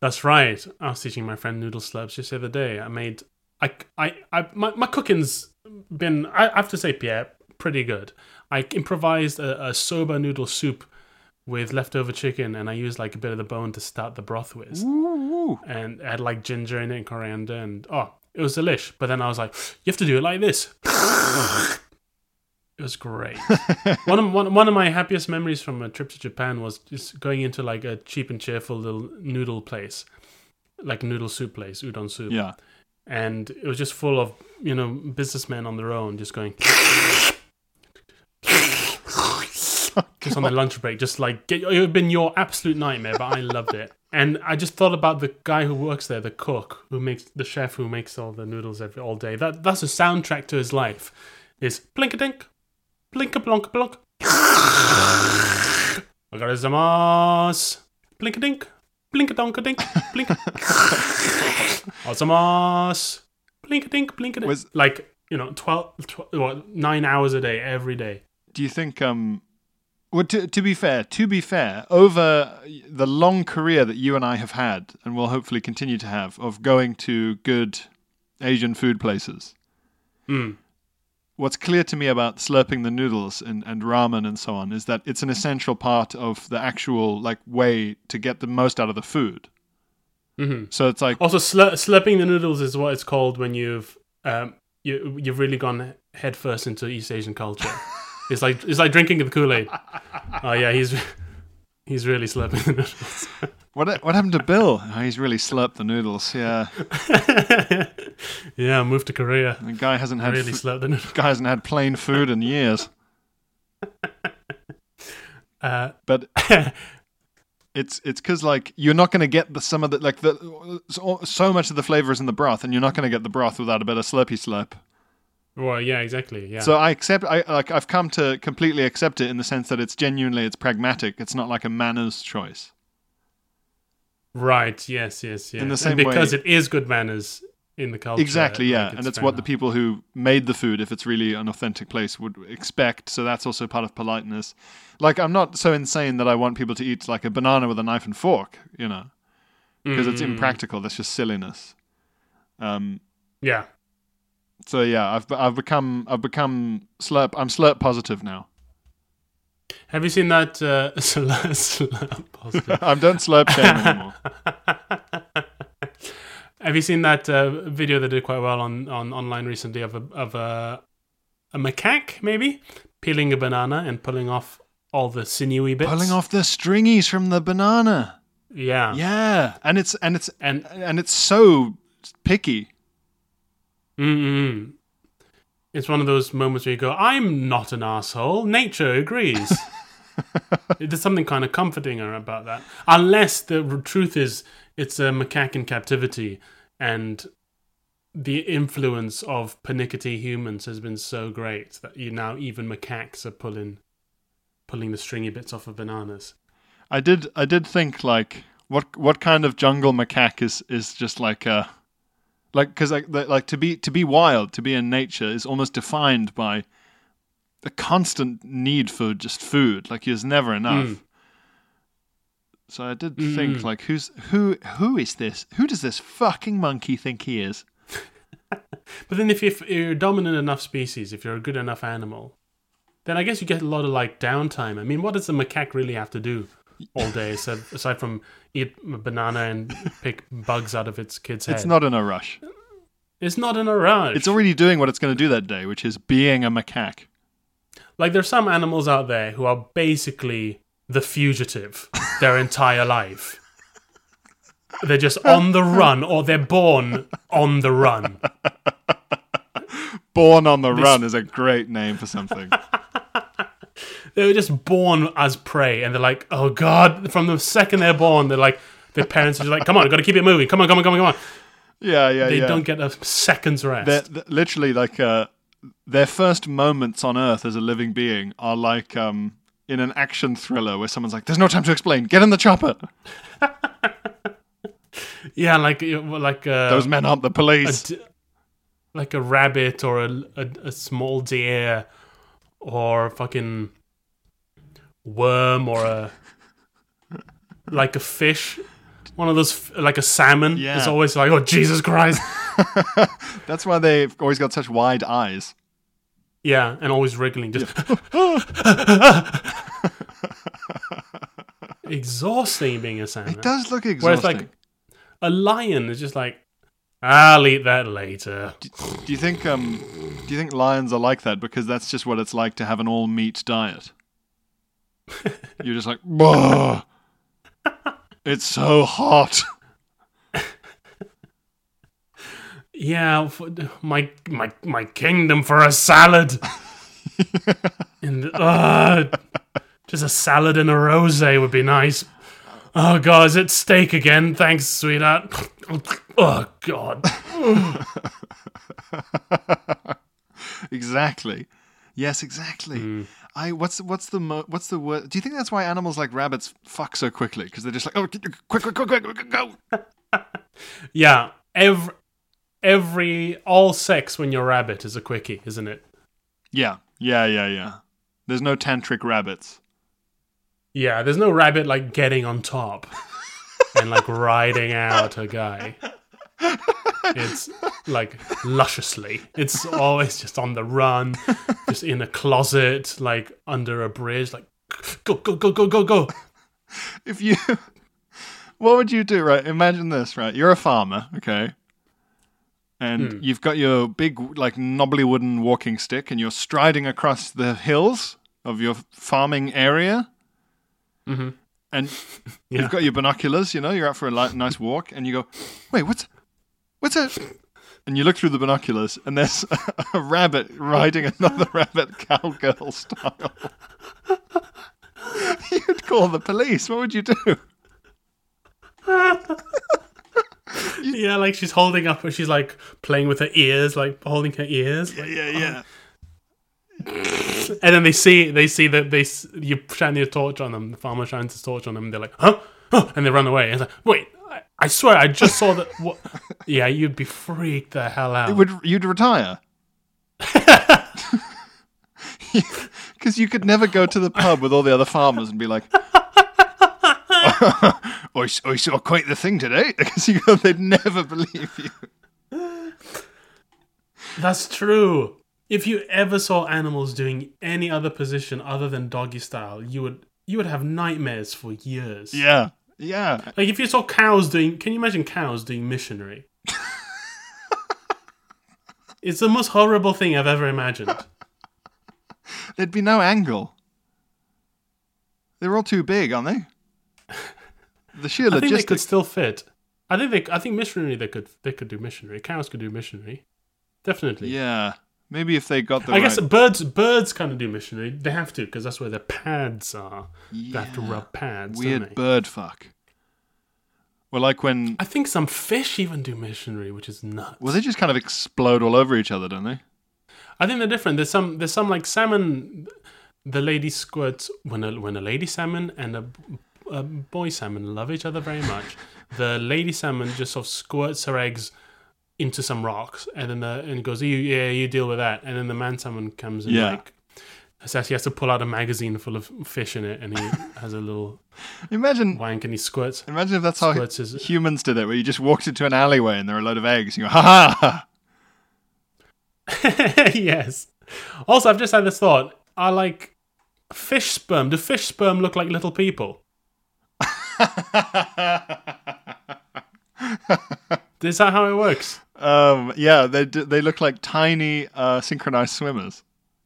[SPEAKER 2] That's right. I was teaching my friend noodle slurps just the other day. I made I I, I my, my cooking's been I, I have to say Pierre pretty good. I improvised a, a soba noodle soup with leftover chicken, and I used like a bit of the bone to start the broth with, <laughs> and it had like ginger in it and coriander, and oh, it was delish. But then I was like, you have to do it like this. It was great. one, of, one, one of my happiest memories from a trip to Japan was just going into like a cheap and cheerful little noodle place, like noodle soup place, udon soup.
[SPEAKER 1] Yeah.
[SPEAKER 2] And it was just full of, you know, businessmen on their own just going, just on their lunch break, just like, get, it would have been your absolute nightmare, but I loved it. And I just thought about the guy who works there, the cook, who makes the chef who makes all the noodles every all day. That that's a soundtrack to his life. Is plinkadink, Blinka blonk blonk. <laughs> Ogarizamas. Blinka dink. Blinka Oh, donka dink. Blink. Ozamas. Blinka dink. Blinka dink.
[SPEAKER 1] Was-
[SPEAKER 2] Like, you know, 12, tw- what, nine hours a day, every day.
[SPEAKER 1] Do you think? um well, to, to be fair, to be fair, over the long career that you and I have had, and will hopefully continue to have, of going to good Asian food places,
[SPEAKER 2] Mm.
[SPEAKER 1] what's clear to me about slurping the noodles and, and ramen and so on is that it's an essential part of the actual like way to get the most out of the food.
[SPEAKER 2] hmm
[SPEAKER 1] So it's like
[SPEAKER 2] Also, slur- slurping the noodles is what it's called when you've um, you, you've really gone headfirst into East Asian
[SPEAKER 1] <laughs>
[SPEAKER 2] culture. it's like it's like drinking the Kool Aid. Oh yeah, he's he's really slurping the noodles.
[SPEAKER 1] What what happened to Bill? Oh, he's really slurped the noodles. Yeah,
[SPEAKER 2] <laughs> Yeah, moved to Korea.
[SPEAKER 1] the guy hasn't had
[SPEAKER 2] Really
[SPEAKER 1] fu-
[SPEAKER 2] slept in.
[SPEAKER 1] guy hasn't had plain food in years. but it's it's because like you're not going to get the some of the like the so, so much of the flavor is in the broth, and you're not going to get the broth without a bit of slurpy slurp.
[SPEAKER 2] <laughs> Well, yeah, exactly. Yeah.
[SPEAKER 1] So I accept I like I've come to completely accept it in the sense that it's genuinely it's pragmatic. It's not like a manners choice.
[SPEAKER 2] right. Yes. Yes. Yes.
[SPEAKER 1] the
[SPEAKER 2] And
[SPEAKER 1] same way-
[SPEAKER 2] because it is good manners in the culture.
[SPEAKER 1] Exactly, yeah.
[SPEAKER 2] like,
[SPEAKER 1] and it's
[SPEAKER 2] fair
[SPEAKER 1] what the
[SPEAKER 2] enough.
[SPEAKER 1] people who made the food, if it's really an authentic place, would expect. So that's also part of politeness. Like, I'm not so insane that I want people to eat like a banana with a knife and fork, you know, because it's
[SPEAKER 2] Mm, Hmm.
[SPEAKER 1] impractical. That's just silliness. Um.
[SPEAKER 2] Yeah.
[SPEAKER 1] So yeah, I've I've become I've become slurp. I'm slurp positive now.
[SPEAKER 2] Have you seen that uh, <laughs> slur, slur <laughs>
[SPEAKER 1] <laughs>
[SPEAKER 2] positive?
[SPEAKER 1] I'm done slurp shame
[SPEAKER 2] <laughs>
[SPEAKER 1] anymore.
[SPEAKER 2] Have you seen that uh, video that did quite well on, on online recently of a of a a macaque maybe peeling a banana and pulling off all the sinewy bits?
[SPEAKER 1] Pulling off the stringies from the banana.
[SPEAKER 2] Yeah.
[SPEAKER 1] Yeah, and it's and it's
[SPEAKER 2] And
[SPEAKER 1] and it's so picky.
[SPEAKER 2] mm-mm. Mm-hmm. it's one of those moments where you go, "I'm not an asshole. Nature agrees." There's something kind of comforting about that, unless the r- truth is it's a macaque in captivity, and the influence of pernickety humans has been so great that you now even macaques are pulling pulling the stringy bits off of bananas.
[SPEAKER 1] I did I did think like what what kind of jungle macaque is is just like uh like because like the- like to be to be wild to be in nature is almost defined by the constant need for just food like there's never
[SPEAKER 2] Hmm.
[SPEAKER 1] enough. So I did think like who's who who is this who does this fucking monkey think he is?
[SPEAKER 2] But then, if, if you're a dominant enough species, if you're a good enough animal, then I guess you get a lot of like downtime. I mean, what does a macaque really have to do
[SPEAKER 1] <laughs>
[SPEAKER 2] all day aside, aside from eat a banana and pick bugs out of its kid's head?
[SPEAKER 1] It's not in a rush.
[SPEAKER 2] It's not in a rush.
[SPEAKER 1] It's already doing what it's going to do that day, which is being a macaque.
[SPEAKER 2] like there's some animals out there who are basically the fugitive their entire life. They're just on
[SPEAKER 1] <laughs>
[SPEAKER 2] the run, or they're born on the run.
[SPEAKER 1] Born on the run is a great name for
[SPEAKER 2] <laughs>
[SPEAKER 1] something.
[SPEAKER 2] they were just born as prey, and they're like, oh god! From the second they're born, they're like, their parents are just like, come on, got to keep it moving, come on, come on, come on, come on.
[SPEAKER 1] yeah, yeah,
[SPEAKER 2] They
[SPEAKER 1] yeah.
[SPEAKER 2] don't get a second's rest.
[SPEAKER 1] they're, th- literally like uh, their first moments on Earth as a living being are like um, in an action thriller where someone's like, "There's no time to explain. Get in the chopper."
[SPEAKER 2] yeah, like you- like uh,
[SPEAKER 1] Those men aren't the
[SPEAKER 2] a
[SPEAKER 1] police.
[SPEAKER 2] d- like a rabbit or a, a a small deer or a fucking worm or a like a fish. One of those, f- like a salmon,
[SPEAKER 1] Yeah.
[SPEAKER 2] is always like, "Oh Jesus Christ!"
[SPEAKER 1] <laughs> That's why they've always got such wide eyes.
[SPEAKER 2] yeah, and always wriggling, just <laughs> exhausting being a salmon.
[SPEAKER 1] It does look
[SPEAKER 2] Whereas,
[SPEAKER 1] exhausting.
[SPEAKER 2] like, a lion is just like, I'll eat that later.
[SPEAKER 1] do you think um, do you think lions are like that because that's just what it's like to have an all meat
[SPEAKER 2] <laughs>
[SPEAKER 1] diet? You're just like, "Bah, it's so hot.
[SPEAKER 2] Yeah, for, my my my kingdom for
[SPEAKER 1] <laughs>
[SPEAKER 2] a salad. and uh, just a salad and a rosé would be nice. Oh god, is it steak again? Thanks, sweetheart. <laughs> Oh god.
[SPEAKER 1] exactly. Yes, exactly. I what's what's the mo- what's the word? Do you think that's why animals like rabbits fuck so quickly? Because they're just like, oh, quick, quick, quick, quick, quick, go!
[SPEAKER 2] Yeah, every every all sex when you're rabbit is a quickie, isn't it?
[SPEAKER 1] Yeah, yeah, yeah, yeah. There's no tantric rabbits.
[SPEAKER 2] Yeah, there's no rabbit like getting on top and like riding out a guy. It's like lusciously. It's always just on the run, just in a closet, like under a bridge, like go go go go go go.
[SPEAKER 1] If you, <laughs> what would you do? Right, imagine this. Right, you're a farmer, okay, and you've got your big like knobbly wooden walking stick, and you're striding across the hills of your farming area. <laughs> and you've got your binoculars. You know, you're out for a li- nice walk, and you go, "Wait, what's what's that?" And you look through the binoculars, and there's <laughs> a, rabbit riding <laughs> another rabbit, cowgirl style. <laughs> You'd call the police. What would you do?
[SPEAKER 2] Yeah, like she's holding up and she's like playing with her ears, like holding her ears.
[SPEAKER 1] Yeah, yeah.
[SPEAKER 2] And then they see they see that they s- you shine your torch on them. The farmer shines his torch on them. And they're like, huh? huh? And they run away. And it's like, wait, I, I swear, I just saw that. What? <laughs> Yeah, you'd be freaked the hell out.
[SPEAKER 1] It would you'd
[SPEAKER 2] <laughs>
[SPEAKER 1] retire <laughs> because you could never go to the pub with all the other farmers and be like, <laughs> "I, s- I saw quite the thing today," <laughs> because you go, they'd never believe you.
[SPEAKER 2] That's true. If you ever saw animals doing any other position other than doggy style, you would you would have nightmares for years.
[SPEAKER 1] Yeah, yeah.
[SPEAKER 2] Like if you saw cows doing, can you imagine cows
[SPEAKER 1] <laughs>
[SPEAKER 2] doing missionary? it's the most horrible thing I've ever imagined.
[SPEAKER 1] There'd be no angle. They're all too big, aren't they? The sheer
[SPEAKER 2] <laughs> I think they could
[SPEAKER 1] logistics.
[SPEAKER 2] still fit. I think they, I think missionary they could they could do missionary. Cows could do missionary, definitely.
[SPEAKER 1] Yeah, maybe if they got the.
[SPEAKER 2] I guess
[SPEAKER 1] right-
[SPEAKER 2] birds birds kind of do missionary. They have to because that's where their pads are. They have to
[SPEAKER 1] Yeah.
[SPEAKER 2] rub pads. don't
[SPEAKER 1] weird
[SPEAKER 2] they?
[SPEAKER 1] bird fuck. Well, like when
[SPEAKER 2] I think some fish even do missionary, which is nuts.
[SPEAKER 1] well, they just kind of explode all over each other, don't they?
[SPEAKER 2] I think they're different. There's some there's some like salmon. The lady squirts when a when a lady salmon and a, a boy salmon love each other very much. the lady salmon just sort of squirts her eggs into some rocks, and then the and goes, "You yeah, you deal with that." And then the man salmon comes and
[SPEAKER 1] Yeah.
[SPEAKER 2] like says he has to pull out a magazine full of fish in it, and he <laughs> has a little
[SPEAKER 1] Imagine
[SPEAKER 2] wank and he squirts. <laughs>
[SPEAKER 1] Imagine if that's how
[SPEAKER 2] Squirts is-
[SPEAKER 1] humans did it, where you just walked into an alleyway and there are a load of eggs, and you go, ha ha, ha.
[SPEAKER 2] yes. Also, I've just had this thought. Are like fish sperm? Do fish sperm look like little people? <laughs> Is that how it works?
[SPEAKER 1] Um, yeah, they d- they look like tiny uh, synchronized swimmers.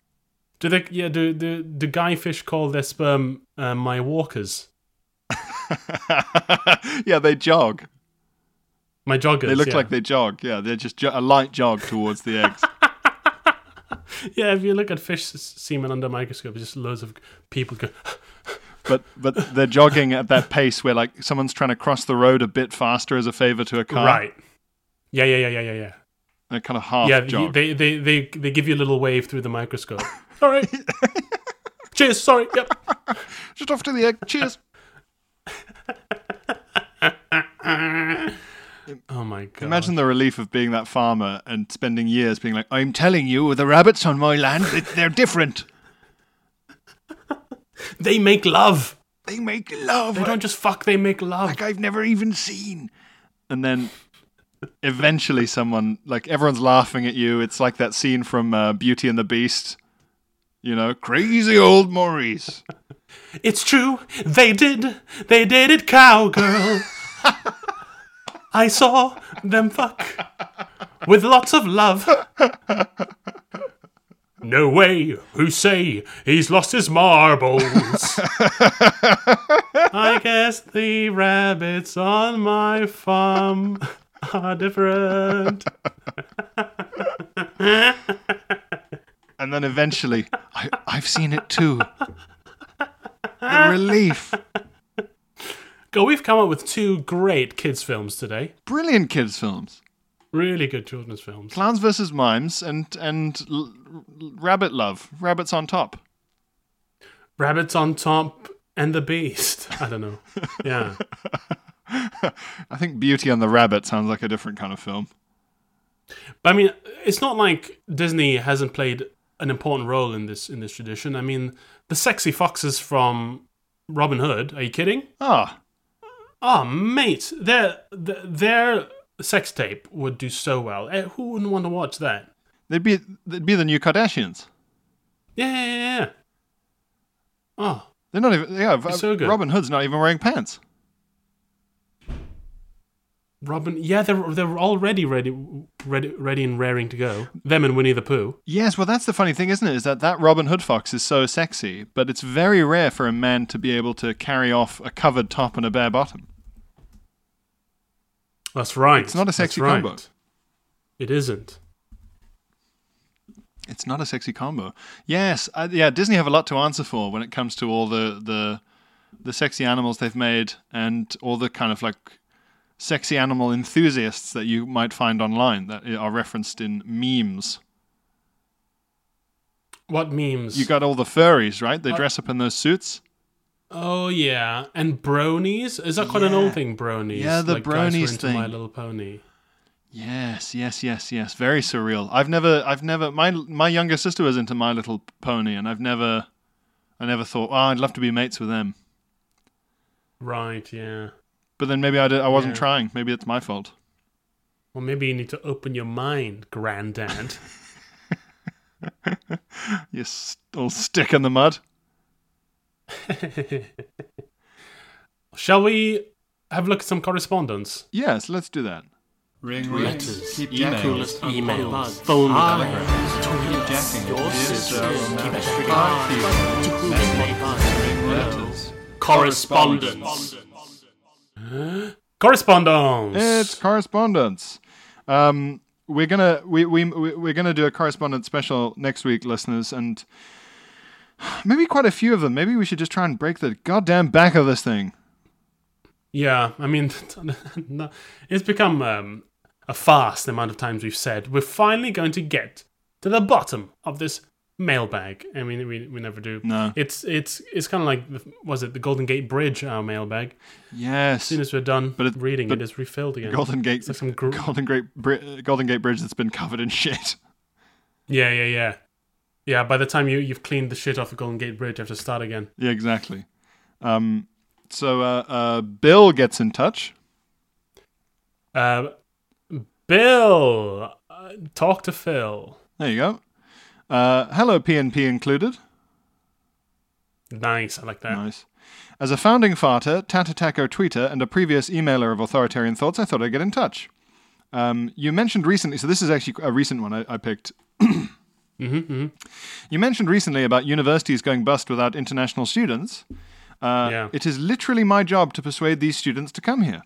[SPEAKER 1] <laughs>
[SPEAKER 2] Do they? Yeah. Do do do guy fish call their sperm uh, my walkers,
[SPEAKER 1] yeah, they jog.
[SPEAKER 2] my joggers?
[SPEAKER 1] They look
[SPEAKER 2] yeah.
[SPEAKER 1] like they jog. Yeah, they're just jo- a light jog towards the eggs.
[SPEAKER 2] Yeah. If you look at fish s- semen under a microscope, just loads of people go. <laughs>
[SPEAKER 1] but but they're jogging at that pace where like someone's trying to cross the road a bit faster as a favor to a car.
[SPEAKER 2] Right. Yeah. Yeah. Yeah. Yeah. Yeah. Yeah.
[SPEAKER 1] They kind of half
[SPEAKER 2] yeah.
[SPEAKER 1] jog.
[SPEAKER 2] They, they they they give you a little wave through the microscope.
[SPEAKER 1] <laughs>
[SPEAKER 2] All right. Cheers. Sorry. Yep.
[SPEAKER 1] just off to the egg. Cheers.
[SPEAKER 2] Oh my god.
[SPEAKER 1] Imagine the relief of being that farmer and spending years being like, I'm telling you, the rabbits on my land, they- they're different.
[SPEAKER 2] they make love.
[SPEAKER 1] They make love
[SPEAKER 2] They don't just fuck. They make love.
[SPEAKER 1] like I've never even seen. And then eventually someone, like everyone's laughing at you. It's like that scene from uh, Beauty and the Beast. You know, crazy old Maurice.
[SPEAKER 2] It's true. They did. They did it, cowgirl. I saw them fuck with lots of love. No way. Who say he's lost his marbles? I guess the rabbits on my farm are different.
[SPEAKER 1] And then eventually, I, I've seen it too. The relief.
[SPEAKER 2] Go, we've come up with two great kids' films today.
[SPEAKER 1] Brilliant kids' films.
[SPEAKER 2] Really good children's films.
[SPEAKER 1] Clowns versus mimes and and l- l- rabbit love. Rabbits on top.
[SPEAKER 2] Rabbits on Top and the Beast. <laughs> I don't know. Yeah.
[SPEAKER 1] I think Beauty and the Rabbit sounds like a different kind of film.
[SPEAKER 2] But I mean, it's not like Disney hasn't played an important role in this in this tradition. I mean, the sexy foxes from Robin Hood. Are you kidding?
[SPEAKER 1] Ah,
[SPEAKER 2] Oh, mate, their their, their sex tape would do so well. Eh, Who wouldn't want to watch that?
[SPEAKER 1] they'd be they'd be the new Kardashians.
[SPEAKER 2] Yeah, yeah, yeah. yeah. Oh,
[SPEAKER 1] They're not even yeah.
[SPEAKER 2] It's so good.
[SPEAKER 1] Robin Hood's not even wearing pants.
[SPEAKER 2] Robin, yeah, they're they're already ready, ready, ready and raring to go. Them and Winnie the Pooh.
[SPEAKER 1] Yes, well, that's the funny thing, isn't it? Is that that Robin Hood fox is so sexy, but it's very rare for a man to be able to carry off a covered top and a bare bottom.
[SPEAKER 2] That's right.
[SPEAKER 1] It's not a sexy
[SPEAKER 2] That's right.
[SPEAKER 1] combo.
[SPEAKER 2] It isn't.
[SPEAKER 1] It's not a sexy combo. Yes, I, yeah, Disney have a lot to answer for when it comes to all the the the sexy animals they've made and all the kind of like sexy animal enthusiasts that you might find online that are referenced in memes.
[SPEAKER 2] What memes?
[SPEAKER 1] You got all the furries, right? They dress up in those suits.
[SPEAKER 2] Oh yeah, and bronies. Is that quite an
[SPEAKER 1] Yeah.
[SPEAKER 2] old thing? Bronies.
[SPEAKER 1] Yeah, the
[SPEAKER 2] like guys who are
[SPEAKER 1] bronies
[SPEAKER 2] into My
[SPEAKER 1] thing.
[SPEAKER 2] Little Pony.
[SPEAKER 1] Yes, yes, yes, yes. Very surreal. I've never, I've never. My my younger sister was into My Little Pony, and I've never, I never thought, oh, I'd love to be mates with them.
[SPEAKER 2] Right. Yeah.
[SPEAKER 1] But then maybe I, did, I wasn't
[SPEAKER 2] Yeah.
[SPEAKER 1] trying. Maybe it's my fault.
[SPEAKER 2] Well, maybe you need to open your mind, Granddad. <laughs>
[SPEAKER 1] You s- old stick in the mud.
[SPEAKER 2] Shall we have a look at some correspondence?
[SPEAKER 1] Yes, let's do that.
[SPEAKER 5] Ring
[SPEAKER 6] Letters,
[SPEAKER 5] Keep
[SPEAKER 6] emails,
[SPEAKER 5] coolest
[SPEAKER 6] emails,
[SPEAKER 5] unplugged.
[SPEAKER 6] phone
[SPEAKER 5] Telegrams,
[SPEAKER 2] Ah.
[SPEAKER 6] calls,
[SPEAKER 5] tweets,
[SPEAKER 6] jacking,
[SPEAKER 5] your
[SPEAKER 6] dear
[SPEAKER 5] sisters,
[SPEAKER 6] sir, will
[SPEAKER 5] keep
[SPEAKER 6] now
[SPEAKER 5] it
[SPEAKER 6] strike
[SPEAKER 5] hard,
[SPEAKER 6] you.
[SPEAKER 5] to
[SPEAKER 6] Message,
[SPEAKER 5] make it
[SPEAKER 6] ring
[SPEAKER 5] hard.
[SPEAKER 6] letters.
[SPEAKER 5] Correspondence.
[SPEAKER 2] Correspondence.
[SPEAKER 1] It's correspondence. Um, we're gonna we we we- we're gonna do a correspondence special next week, listeners, and maybe quite a few of them. Maybe we should just try and break the goddamn back of this thing.
[SPEAKER 2] Yeah, I mean, <laughs> no, it's become um, a farce the amount of times we've said we're finally going to get to the bottom of this mailbag. I mean, we, we never do.
[SPEAKER 1] No.
[SPEAKER 2] It's it's it's kind of like the, was it the Golden Gate Bridge our mailbag?
[SPEAKER 1] Yes.
[SPEAKER 2] As soon as we're done
[SPEAKER 1] But it-
[SPEAKER 2] reading
[SPEAKER 1] but
[SPEAKER 2] it, it's refilled again.
[SPEAKER 1] Golden Gate,
[SPEAKER 2] It's like some gr-
[SPEAKER 1] Golden Great, Bri- Golden Gate Bridge that's been covered in <laughs> shit.
[SPEAKER 2] yeah, yeah, yeah, yeah. By the time you you've cleaned the shit off the Golden Gate Bridge, you have to start again.
[SPEAKER 1] Yeah, exactly. Um, so uh, uh, Bill gets in touch.
[SPEAKER 2] Uh, Bill, uh, talk to Phil.
[SPEAKER 1] There you go. Uh, hello, PNP included.
[SPEAKER 2] Nice, I like that.
[SPEAKER 1] Nice. As a founding farter, tatataco tweeter, and a previous emailer of authoritarian thoughts, I thought I'd get in touch. Um, you mentioned recently, so this is actually a recent one I, I
[SPEAKER 2] <coughs>
[SPEAKER 1] picked.
[SPEAKER 2] Mm-hmm,
[SPEAKER 1] You mentioned recently about universities going bust without international students. Uh,
[SPEAKER 2] Yeah.
[SPEAKER 1] It is literally my job to persuade these students to come here.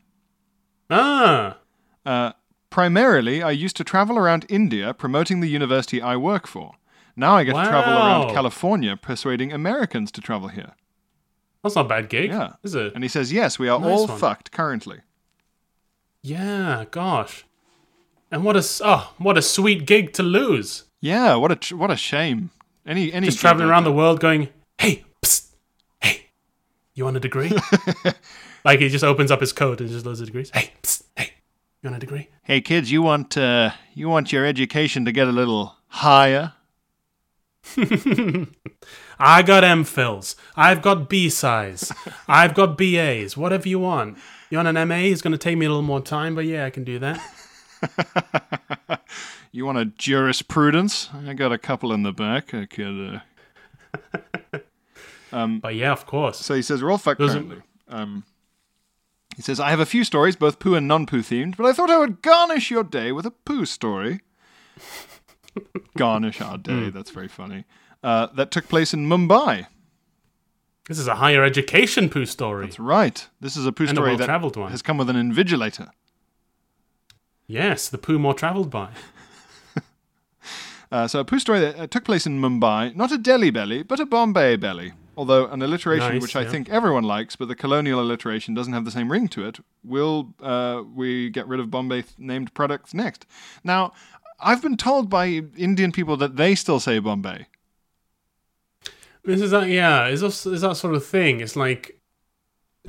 [SPEAKER 2] Ah,
[SPEAKER 1] Uh, primarily, I used to travel around India promoting the university I work for. Now I get to travel around
[SPEAKER 2] Wow.
[SPEAKER 1] California persuading Americans to travel here.
[SPEAKER 2] that's not a bad gig.
[SPEAKER 1] Yeah.
[SPEAKER 2] is it?
[SPEAKER 1] And he says, yes, we are
[SPEAKER 2] Nice
[SPEAKER 1] all
[SPEAKER 2] one.
[SPEAKER 1] fucked currently.
[SPEAKER 2] Yeah, gosh. And what a s- oh, what a sweet gig to lose.
[SPEAKER 1] Yeah, what a tr- what a shame. Any any
[SPEAKER 2] Just traveling around the world going, "Hey, psst, hey, you want a
[SPEAKER 1] <laughs>
[SPEAKER 2] degree?" like he just opens up his coat and just loads of degrees. Hey, psst, hey, you want a degree?
[SPEAKER 1] Hey kids, you want uh, you want your education to get a little higher?
[SPEAKER 2] I got M fills. I've got B
[SPEAKER 1] <laughs>
[SPEAKER 2] size. I've got BAs. Whatever you want. You want an MA? It's going to take me a little more time, but yeah, I can do that.
[SPEAKER 1] You want a jurisprudence? I got a couple in the back. I could. Uh...
[SPEAKER 2] But yeah, of course.
[SPEAKER 1] Mm. So he says we're all fucked
[SPEAKER 2] Those are-
[SPEAKER 1] currently. Um, he says I have a few stories, both poo and non poo themed, but I thought I would garnish your day with a poo story. <laughs> garnish our
[SPEAKER 2] Hmm.
[SPEAKER 1] day. That's very funny. Uh, that took place in Mumbai.
[SPEAKER 2] this is a higher education poo story.
[SPEAKER 1] That's right. This is a poo
[SPEAKER 2] And a
[SPEAKER 1] story that
[SPEAKER 2] well-travelled one.
[SPEAKER 1] has come with an invigilator.
[SPEAKER 2] Yes, the poo more travelled by.
[SPEAKER 1] Uh, so a poo story that uh, took place in Mumbai, not a Delhi belly, but a Bombay belly. Although an alliteration
[SPEAKER 2] Nice,
[SPEAKER 1] which I
[SPEAKER 2] yeah.
[SPEAKER 1] think everyone likes, but the colonial alliteration doesn't have the same ring to it. Will uh, we get rid of Bombay th- named products next? Now, I've been told by Indian people that they still say Bombay.
[SPEAKER 2] This is that, yeah. Is that is that sort of thing? It's like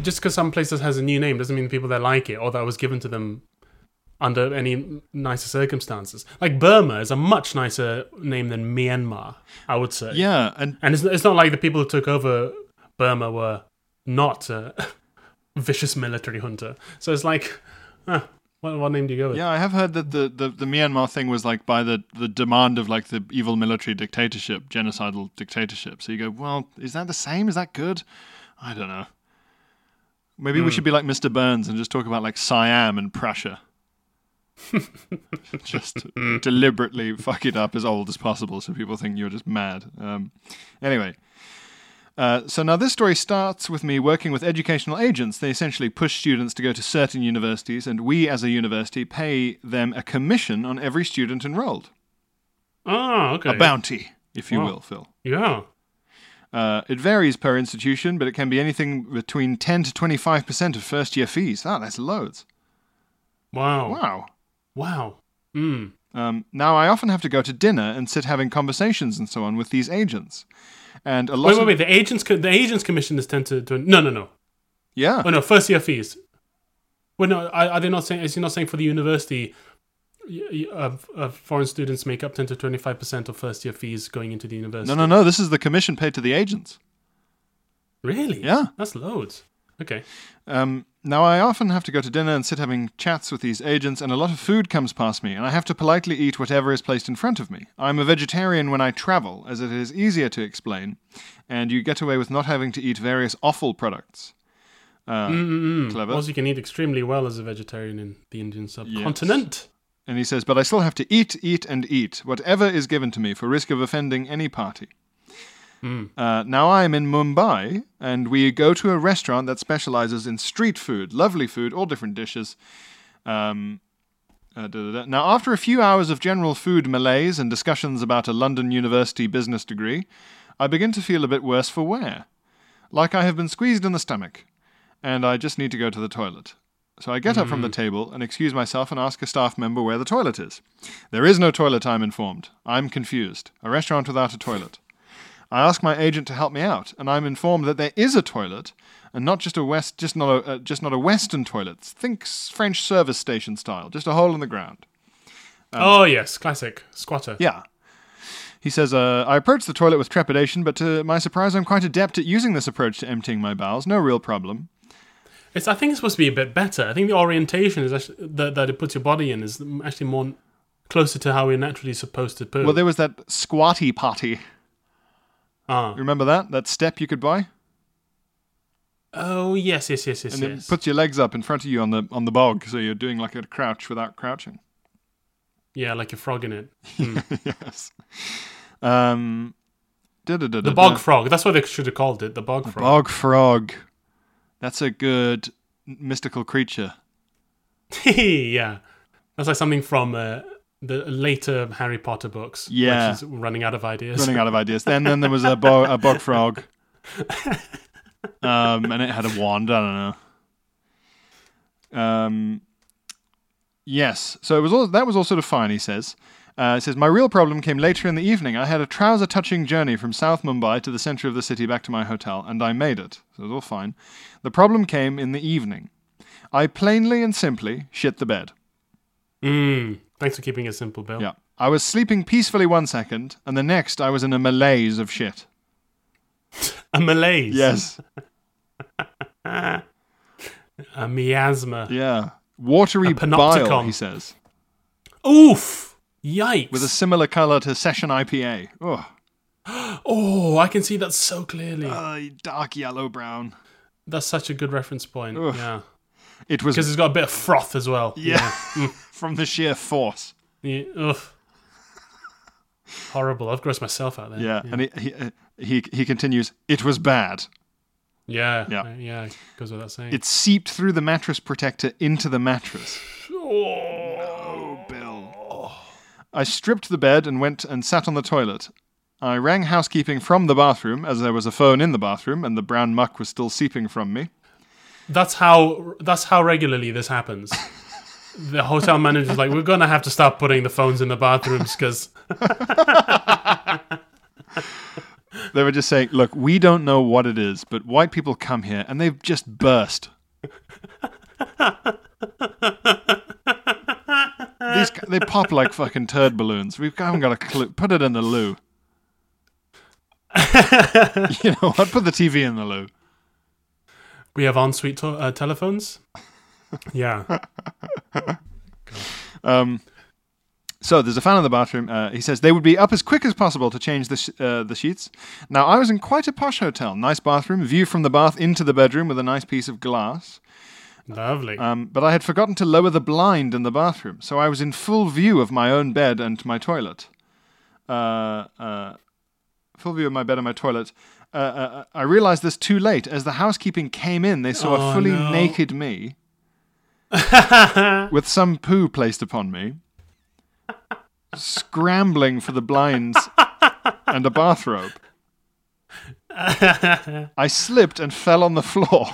[SPEAKER 2] just because some place has a new name doesn't mean the people that like it or that it was given to them under any nicer circumstances. Like Burma is a much nicer name than Myanmar, I would say.
[SPEAKER 1] Yeah, and
[SPEAKER 2] and it's it's not like the people who took over Burma were not a <laughs> vicious military hunter. So it's like, huh, what, what name do you go with?
[SPEAKER 1] yeah, I have heard that the, the, the Myanmar thing was like by the, the demand of like the evil military dictatorship, genocidal dictatorship. So you go, well, is that the same? Is that good? I don't know. Maybe we should be like Mr. Burns and just talk about like Siam and Prussia. just deliberately fuck it up as old as possible so people think you're just mad. Um, anyway. Uh, so now this story starts with me working with educational agents. They essentially push students to go to certain universities, and we as a university pay them a commission on every student enrolled.
[SPEAKER 2] Oh, okay.
[SPEAKER 1] A bounty, if you
[SPEAKER 2] Wow.
[SPEAKER 1] will, Phil.
[SPEAKER 2] Yeah.
[SPEAKER 1] Uh, it varies per institution, but it can be anything between 10 to 25% of first year fees. Ah, that's loads.
[SPEAKER 2] Wow. Wow.
[SPEAKER 1] Wow.
[SPEAKER 2] Mm.
[SPEAKER 1] Um, now, I often have to go to dinner and sit having conversations and so on with these agents. And a lot
[SPEAKER 2] Wait, wait,
[SPEAKER 1] of.
[SPEAKER 2] wait. The agents, co- the agents commission is ten to, to no, no, no.
[SPEAKER 1] Yeah.
[SPEAKER 2] Oh no, first year fees. Well, no, are, are they not saying? Is he not saying for the university, y- y- uh, uh, foreign students make up ten to twenty five percent of first year fees going into the university?
[SPEAKER 1] No, no, no. This is the commission paid to the agents.
[SPEAKER 2] Really?
[SPEAKER 1] Yeah.
[SPEAKER 2] That's loads. Okay.
[SPEAKER 1] Um, now, I often have to go to dinner and sit having chats with these agents, and a lot of food comes past me, and I have to politely eat whatever is placed in front of me. I'm a vegetarian when I travel, as it is easier to explain, and you get away with not having to eat various offal products. Uh,
[SPEAKER 2] Mm, Mm-hmm.
[SPEAKER 1] Clever.
[SPEAKER 2] Also, you can eat extremely well as a vegetarian in the Indian subcontinent.
[SPEAKER 1] And he says, But I still have to eat, eat, and eat, whatever is given to me, for risk of offending any party. Uh, now I am in Mumbai, and we go to a restaurant that specializes in street food, lovely food, all different dishes. Um, uh, da, da, da. Now, after a few hours of general food malaise and discussions about a London University business degree, I begin to feel a bit worse for wear. Like I have been squeezed in the stomach, and I just need to go to the toilet. So I get up from the table and excuse myself and ask a staff member where the toilet is. There is no toilet, I'm informed. I'm confused. A restaurant without a toilet. I ask my agent to help me out, and I'm informed that there is a toilet, and not just a west, just not a, uh, just not a Western toilet. Think s- French service station style, just a hole in the ground.
[SPEAKER 2] oh yes, classic squatter.
[SPEAKER 1] Um, Yeah. He says, uh, I approach the toilet with trepidation, but to my surprise, I'm quite adept at using this approach to emptying my bowels. No real problem.
[SPEAKER 2] It's, I think it's supposed to be a bit better. I think the orientation is actually that, that it puts your body in is actually more closer to how we're naturally supposed to poo.
[SPEAKER 1] Well, there was that squatty potty.
[SPEAKER 2] Ah.
[SPEAKER 1] Remember that? That step you could buy?
[SPEAKER 2] Oh yes, yes, yes, yes,
[SPEAKER 1] And
[SPEAKER 2] yes.
[SPEAKER 1] it puts your legs up in front of you on the on the bog, so you're doing like a crouch without crouching.
[SPEAKER 2] yeah, like a frog in it.
[SPEAKER 1] <laughs> yes. Um,
[SPEAKER 2] The bog frog. That's what they should have called it. The bog frog.
[SPEAKER 1] Bog frog. That's a good mystical creature.
[SPEAKER 2] <laughs> yeah, that's like something from uh, the later Harry Potter books.
[SPEAKER 1] Yeah.
[SPEAKER 2] which is running out of ideas.
[SPEAKER 1] running out of ideas. Then then there was a, bo- a bog frog, um, and it had a wand. I don't know. Um, yes, so it was all that was all sort of fine. He says. Uh, it says my real problem came later in the evening. I had a trouser-touching journey from South Mumbai to the centre of the city back to my hotel, and I made it. So it was all fine. The problem came in the evening. I plainly and simply shit the bed.
[SPEAKER 2] <laughs> Mm. Thanks for keeping it simple, Bill.
[SPEAKER 1] Yeah. I was sleeping peacefully one second, and the next I was in a malaise of shit.
[SPEAKER 2] A malaise.
[SPEAKER 1] Yes.
[SPEAKER 2] A miasma.
[SPEAKER 1] Yeah. Watery
[SPEAKER 2] A
[SPEAKER 1] bile,
[SPEAKER 2] panopticon.
[SPEAKER 1] he says,
[SPEAKER 2] Oof. Yikes.
[SPEAKER 1] with a similar color to Session IPA. Oh,
[SPEAKER 2] oh, I can see that so clearly.
[SPEAKER 1] uh, dark yellow brown.
[SPEAKER 2] That's such a good reference point.
[SPEAKER 1] Oof. <laughs>
[SPEAKER 2] Yeah.
[SPEAKER 1] It was
[SPEAKER 2] Because it's got a bit of froth as well. Mm.
[SPEAKER 1] yeah, from the sheer force.
[SPEAKER 2] Yeah, Ugh. <laughs> Horrible. I've grossed myself out there.
[SPEAKER 1] Yeah, and he he, uh, he he continues. It was bad.
[SPEAKER 2] Yeah.
[SPEAKER 1] Yeah.
[SPEAKER 2] Yeah. yeah goes without saying.
[SPEAKER 1] It seeped through the mattress protector into the mattress.
[SPEAKER 2] Oh.
[SPEAKER 1] I stripped the bed and went and sat on the toilet. I rang housekeeping from the bathroom, as there was a phone in the bathroom, and the brown muck was still seeping from me.
[SPEAKER 2] That's how. That's how regularly this happens. the hotel manager's like, we're gonna have to stop putting the phones in the bathrooms because
[SPEAKER 1] They were just saying, look, we don't know what it is, but white people come here and they've just burst. These, g- they pop like fucking turd balloons. We haven't got a clue. Put it in the loo. you know what? Put the TV in the loo.
[SPEAKER 2] we have ensuite to- uh, telephones. Yeah.
[SPEAKER 1] So there's a fan in the bathroom. Uh, he says they would be up as quick as possible to change the, sh- uh, the sheets. Now I was in quite a posh hotel. Nice bathroom, view from the bath into the bedroom with a nice piece of glass.
[SPEAKER 2] Lovely.
[SPEAKER 1] Um, but I had forgotten to lower the blind in the bathroom, so I was in full view of my own bed and my toilet. Uh, uh, full view of my bed and my toilet. Uh, uh, I realized this too late. As the housekeeping came in, they saw
[SPEAKER 2] Oh,
[SPEAKER 1] a fully
[SPEAKER 2] no.
[SPEAKER 1] naked
[SPEAKER 2] <laughs>
[SPEAKER 1] me with some poo placed upon me, scrambling for the blinds and a
[SPEAKER 2] <laughs>
[SPEAKER 1] bathrobe. I slipped and fell on the floor.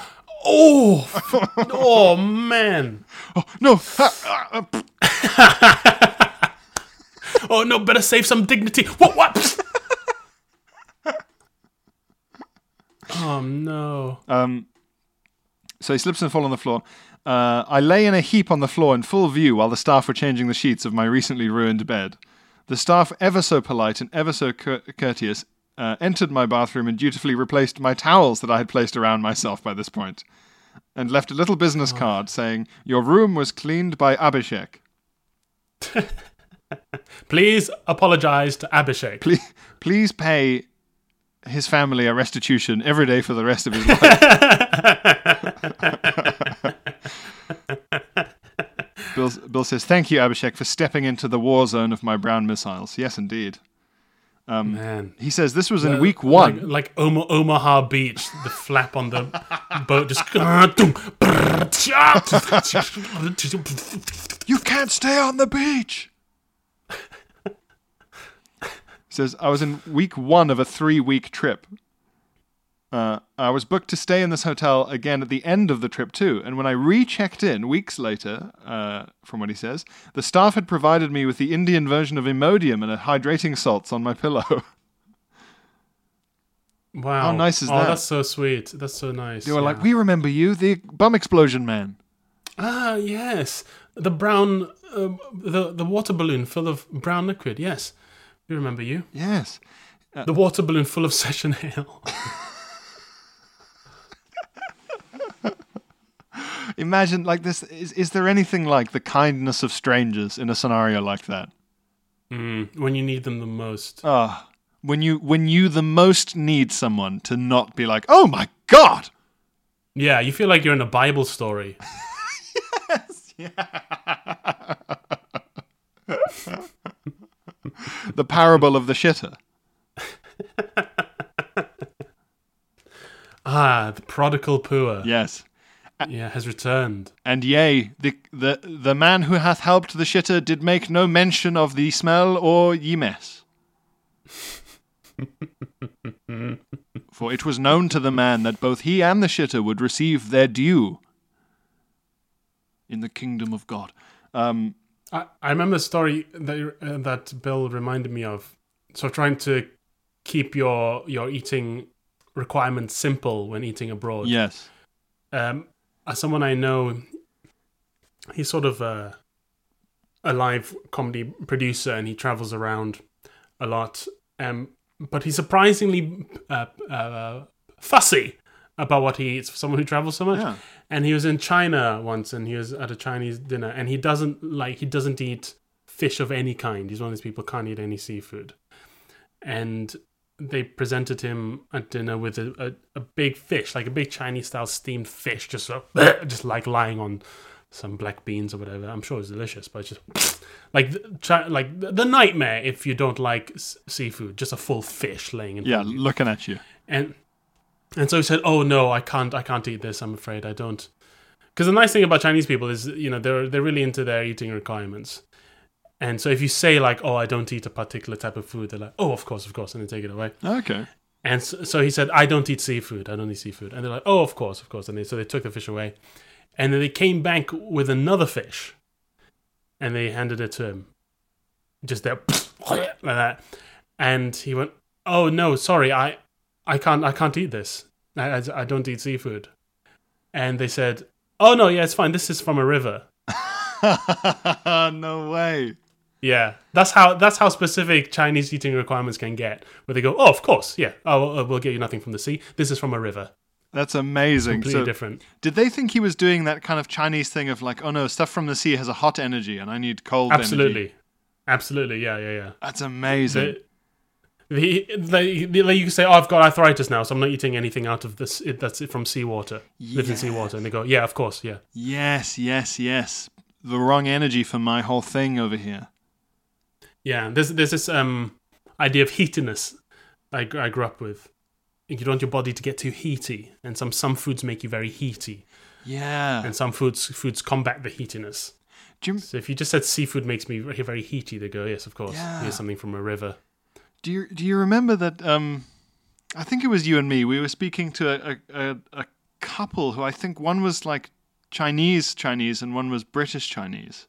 [SPEAKER 2] oh, f- oh man.
[SPEAKER 1] Oh, no! Ha, ah, ah, pff.
[SPEAKER 2] Oh no, better save some dignity. What? What? oh no.
[SPEAKER 1] So he slips and falls on the floor. Uh, I lay in a heap on the floor in full view while the staff were changing the sheets of my recently ruined bed. The staff, ever so polite and ever so cour- courteous, uh, entered my bathroom and dutifully replaced my towels that I had placed around myself by this point, and left a little business card saying, "Your room was cleaned by Abhishek.
[SPEAKER 2] Please apologize to Abhishek.
[SPEAKER 1] Please, please pay his family a restitution every day for the rest of his life."
[SPEAKER 2] <laughs>
[SPEAKER 1] Bill, Bill says, Thank you, Abhishek, for stepping into the war zone of my brown missiles. Yes, indeed. Um,
[SPEAKER 2] Man.
[SPEAKER 1] He says, This was in week one.
[SPEAKER 2] Like, like Oma- Omaha Beach, the flap on the boat just. <laughs> Ah, oh,
[SPEAKER 1] you can't stay on the beach. <laughs> He says, I was in week one of a three week trip. Uh, I was booked to stay in this hotel again at the end of the trip, too. And when I rechecked in weeks later, uh, from what he says, the staff had provided me with the Indian version of Imodium and a hydrating salts on my pillow. <laughs>
[SPEAKER 2] wow.
[SPEAKER 1] How nice is
[SPEAKER 2] oh,
[SPEAKER 1] that?
[SPEAKER 2] that's so sweet. That's so nice.
[SPEAKER 1] they were like,
[SPEAKER 2] yeah.
[SPEAKER 1] We remember you, the bum explosion man.
[SPEAKER 2] Ah, yes. The brown, um, the, the water balloon full of brown liquid. Yes. We remember you.
[SPEAKER 1] Yes.
[SPEAKER 2] The water balloon full of <laughs> session ale.
[SPEAKER 1] Imagine like this. Is, is there anything like the kindness of strangers in a scenario like that? Hmm.
[SPEAKER 2] when you need them the most.
[SPEAKER 1] Ah, when you when you the most need someone to not be like, oh my god.
[SPEAKER 2] Yeah, you feel like you're in a Bible story.
[SPEAKER 1] The parable of the shitter.
[SPEAKER 2] Ah, the prodigal poor.
[SPEAKER 1] Yes.
[SPEAKER 2] yeah, has returned.
[SPEAKER 1] And yea, the the the man who hath helped the shitter did make no mention of the smell or ye mess. For it was known to the man that both he and the shitter would receive their due in the kingdom of God. Um,
[SPEAKER 2] I, I remember a story that uh, that Bill reminded me of. So trying to keep your your eating requirements simple when eating abroad.
[SPEAKER 1] Yes.
[SPEAKER 2] Um, as someone I know, he's sort of a, a live comedy producer, and he travels around a lot. Um, but he's surprisingly uh, uh, fussy about what he eats for someone who travels so much.
[SPEAKER 1] Yeah.
[SPEAKER 2] And he was in China once, and he was at a Chinese dinner, and he doesn't like he doesn't eat fish of any kind. He's one of these people can't eat any seafood, and they presented him at dinner with a, a, a big fish, like a big Chinese style steamed fish, just sort of, <laughs> just like lying on some black beans or whatever. I'm sure it's delicious, but it's just <sniffs> like the, chi- like the the nightmare if you don't like s- seafood, just a full fish laying in
[SPEAKER 1] Yeah,
[SPEAKER 2] front of you.
[SPEAKER 1] looking at you.
[SPEAKER 2] and and so he said, "Oh no, I can't, I can't eat this. I'm afraid I don't." Because the nice thing about Chinese people is, you know, they're they're really into their eating requirements, and so if you say like, "Oh, I don't eat a particular type of food," they're like, "Oh, of course, of course," and they take it away.
[SPEAKER 1] Okay.
[SPEAKER 2] And so, so he said, I don't eat seafood. I don't eat seafood. And they're like, oh, of course, of course. And they, so they took the fish away. And then they came back with another fish. And they handed it to him. Just there, like that. <laughs> And he went, oh, no, sorry. I, I, can't, I can't eat this. I, I, I don't eat seafood. And they said, oh, no, yeah, it's fine. This is from a river.
[SPEAKER 1] <laughs> no way.
[SPEAKER 2] Yeah, that's how that's how specific Chinese eating requirements can get. Where they go, oh, of course, yeah, oh, uh, we'll get you nothing from the sea. This is from a river.
[SPEAKER 1] That's amazing.
[SPEAKER 2] completely
[SPEAKER 1] So,
[SPEAKER 2] different.
[SPEAKER 1] did they think he was doing that kind of Chinese thing of like, oh no, stuff from the sea has a hot energy and I need cold energy?
[SPEAKER 2] Absolutely. Absolutely, yeah, yeah, yeah.
[SPEAKER 1] That's amazing.
[SPEAKER 2] The, the, the, like you can say, oh, I've got arthritis now, so I'm not eating anything out of this. It, that's it from seawater. Lives in
[SPEAKER 1] Yes.
[SPEAKER 2] seawater, and they go, yeah, of course, yeah.
[SPEAKER 1] Yes, yes, yes. The wrong energy for my whole thing over here.
[SPEAKER 2] Yeah, there's there's this um idea of heatiness I, gr- I grew up with. You don't want your body to get too heaty, and some some foods make you very heaty,
[SPEAKER 1] Yeah.
[SPEAKER 2] and some foods foods combat the heatiness.
[SPEAKER 1] Do you,
[SPEAKER 2] So if you just said seafood makes me very, very heaty, they go, yes, of course,
[SPEAKER 1] Yeah.
[SPEAKER 2] here's something from a river.
[SPEAKER 1] do you do you remember that? Um, I think it was you and me. We were speaking to a, a, a couple who I think one was like Chinese Chinese and one was British Chinese.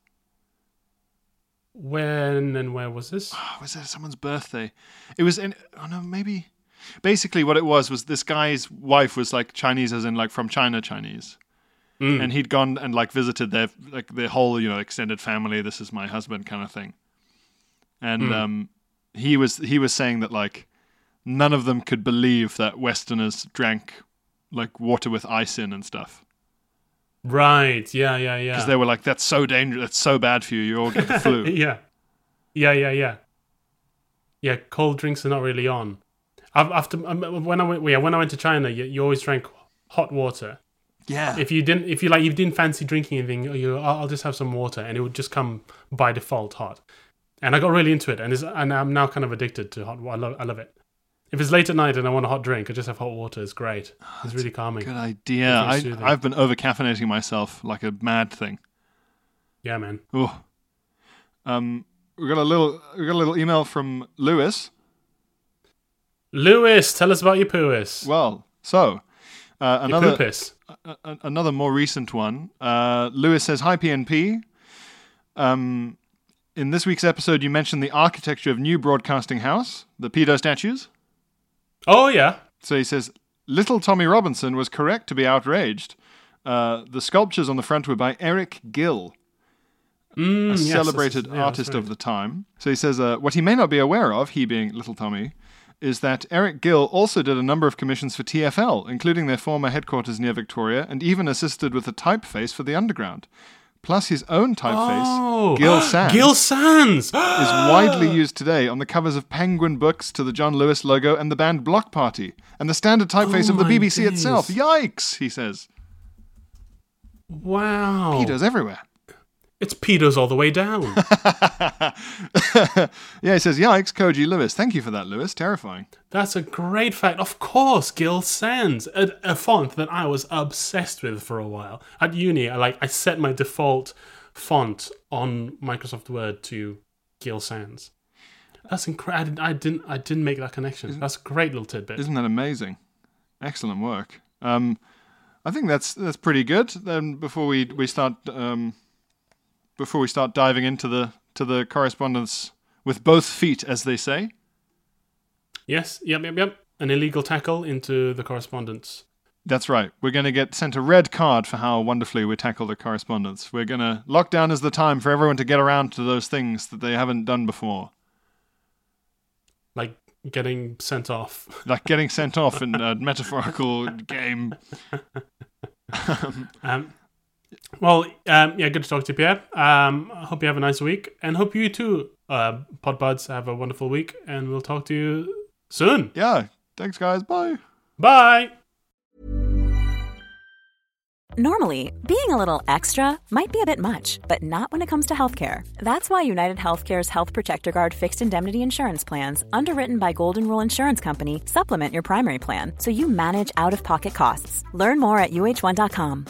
[SPEAKER 2] When and where was this?
[SPEAKER 1] Oh, was it someone's birthday? It was in. Oh no, maybe. Basically, what it was was this guy's wife was like Chinese, as in like from China Chinese,
[SPEAKER 2] Mm.
[SPEAKER 1] and he'd gone and like visited their like their whole you know extended family. This is my husband kind of thing, and
[SPEAKER 2] Mm.
[SPEAKER 1] um, he was he was saying that like none of them could believe that Westerners drank like water with ice in and stuff
[SPEAKER 2] Right, yeah, yeah, yeah.
[SPEAKER 1] because they were like that's so dangerous, that's so bad for you, you all get the flu.
[SPEAKER 2] <laughs> Yeah. Yeah, yeah, yeah. Yeah, cold drinks are not really on. I've, after um, when I went, yeah, when I went to China, you, you always drank hot water.
[SPEAKER 1] yeah,
[SPEAKER 2] If you didn't, if you like, you didn't fancy drinking anything, you, I'll I'll just have some water, and it would just come by default hot. And I got really into it, and it's, and I'm now kind of addicted to hot. wa- I love, I love it. If it's late at night and I want a hot drink, I just have hot water. It's great. It's really calming.
[SPEAKER 1] Ah, Good idea.
[SPEAKER 2] Nothing
[SPEAKER 1] I,
[SPEAKER 2] soothing.
[SPEAKER 1] I've been over caffeinating myself like a mad thing.
[SPEAKER 2] Yeah, man.
[SPEAKER 1] Ooh. Um, we got a little we got a little email from Lewis.
[SPEAKER 2] Lewis, tell us about your poois.
[SPEAKER 1] Well, so uh,
[SPEAKER 2] your
[SPEAKER 1] another
[SPEAKER 2] poopis.
[SPEAKER 1] a- a- another more recent one. Uh, Lewis says, "Hi PNP. Um, in this week's episode, you mentioned the architecture of New Broadcasting House, the pedo statues.
[SPEAKER 2] Oh yeah.
[SPEAKER 1] So he says, Little Tommy Robinson was correct to be outraged. Uh, the sculptures on the front were by Eric Gill,
[SPEAKER 2] Mm,
[SPEAKER 1] a
[SPEAKER 2] yes, that's-
[SPEAKER 1] celebrated
[SPEAKER 2] yeah, that's
[SPEAKER 1] artist
[SPEAKER 2] right.
[SPEAKER 1] of the time. So he says, uh, what he may not be aware of, he being Little Tommy, is that Eric Gill also did a number of commissions for TFL, including their former headquarters near Victoria, and even assisted with a typeface for the Underground. Plus, his own typeface,
[SPEAKER 2] Oh, <gasps>
[SPEAKER 1] Gill Sans,
[SPEAKER 2] Gil <gasps> Sans.
[SPEAKER 1] is widely used today on the covers of Penguin books to the John Lewis logo and the band Block Party, and the standard typeface
[SPEAKER 2] Oh
[SPEAKER 1] of the
[SPEAKER 2] my
[SPEAKER 1] BBC itself.
[SPEAKER 2] days.
[SPEAKER 1] Yikes, he says.
[SPEAKER 2] wow.
[SPEAKER 1] He does everywhere. <laughs>
[SPEAKER 2] It's pedos all the way down.
[SPEAKER 1] yeah, he says, Yikes, Koji Lewis. Thank you for that, Lewis. Terrifying.
[SPEAKER 2] That's a great fact. Of course, Gil Sans, a, a font that I was obsessed with for a while. At uni, I like I set my default font on Microsoft Word to Gil Sans. That's incredible. I didn't I didn't make that connection. That's a great little tidbit.
[SPEAKER 1] Isn't that amazing? Excellent work. Um, I think that's that's pretty good. Then before we we start um, before we start diving into the to the correspondence with both feet, as they say.
[SPEAKER 2] Yes. Yep. Yep. Yep. An illegal tackle into the correspondence.
[SPEAKER 1] That's right. We're going to get sent a red card for how wonderfully we tackle the correspondence. We're going to lockdown is the time for everyone to get around to those things that they haven't done before,
[SPEAKER 2] Like getting sent off. <laughs>
[SPEAKER 1] like getting sent off in a <laughs> metaphorical game.
[SPEAKER 2] Um, well, um, yeah, good to talk to you, Pierre. Um, I hope you have a nice week, and hope you too, uh, Podbuds, have a wonderful week, and we'll talk to you soon.
[SPEAKER 1] Yeah. Thanks, guys. Bye.
[SPEAKER 2] Bye.
[SPEAKER 6] Normally, being a little extra might be a bit much, but not when it comes to healthcare. That's why United Healthcare's Health Protector Guard fixed indemnity insurance plans, underwritten by Golden Rule Insurance Company, supplement your primary plan so you manage out of pocket costs. Learn more at uh1.com.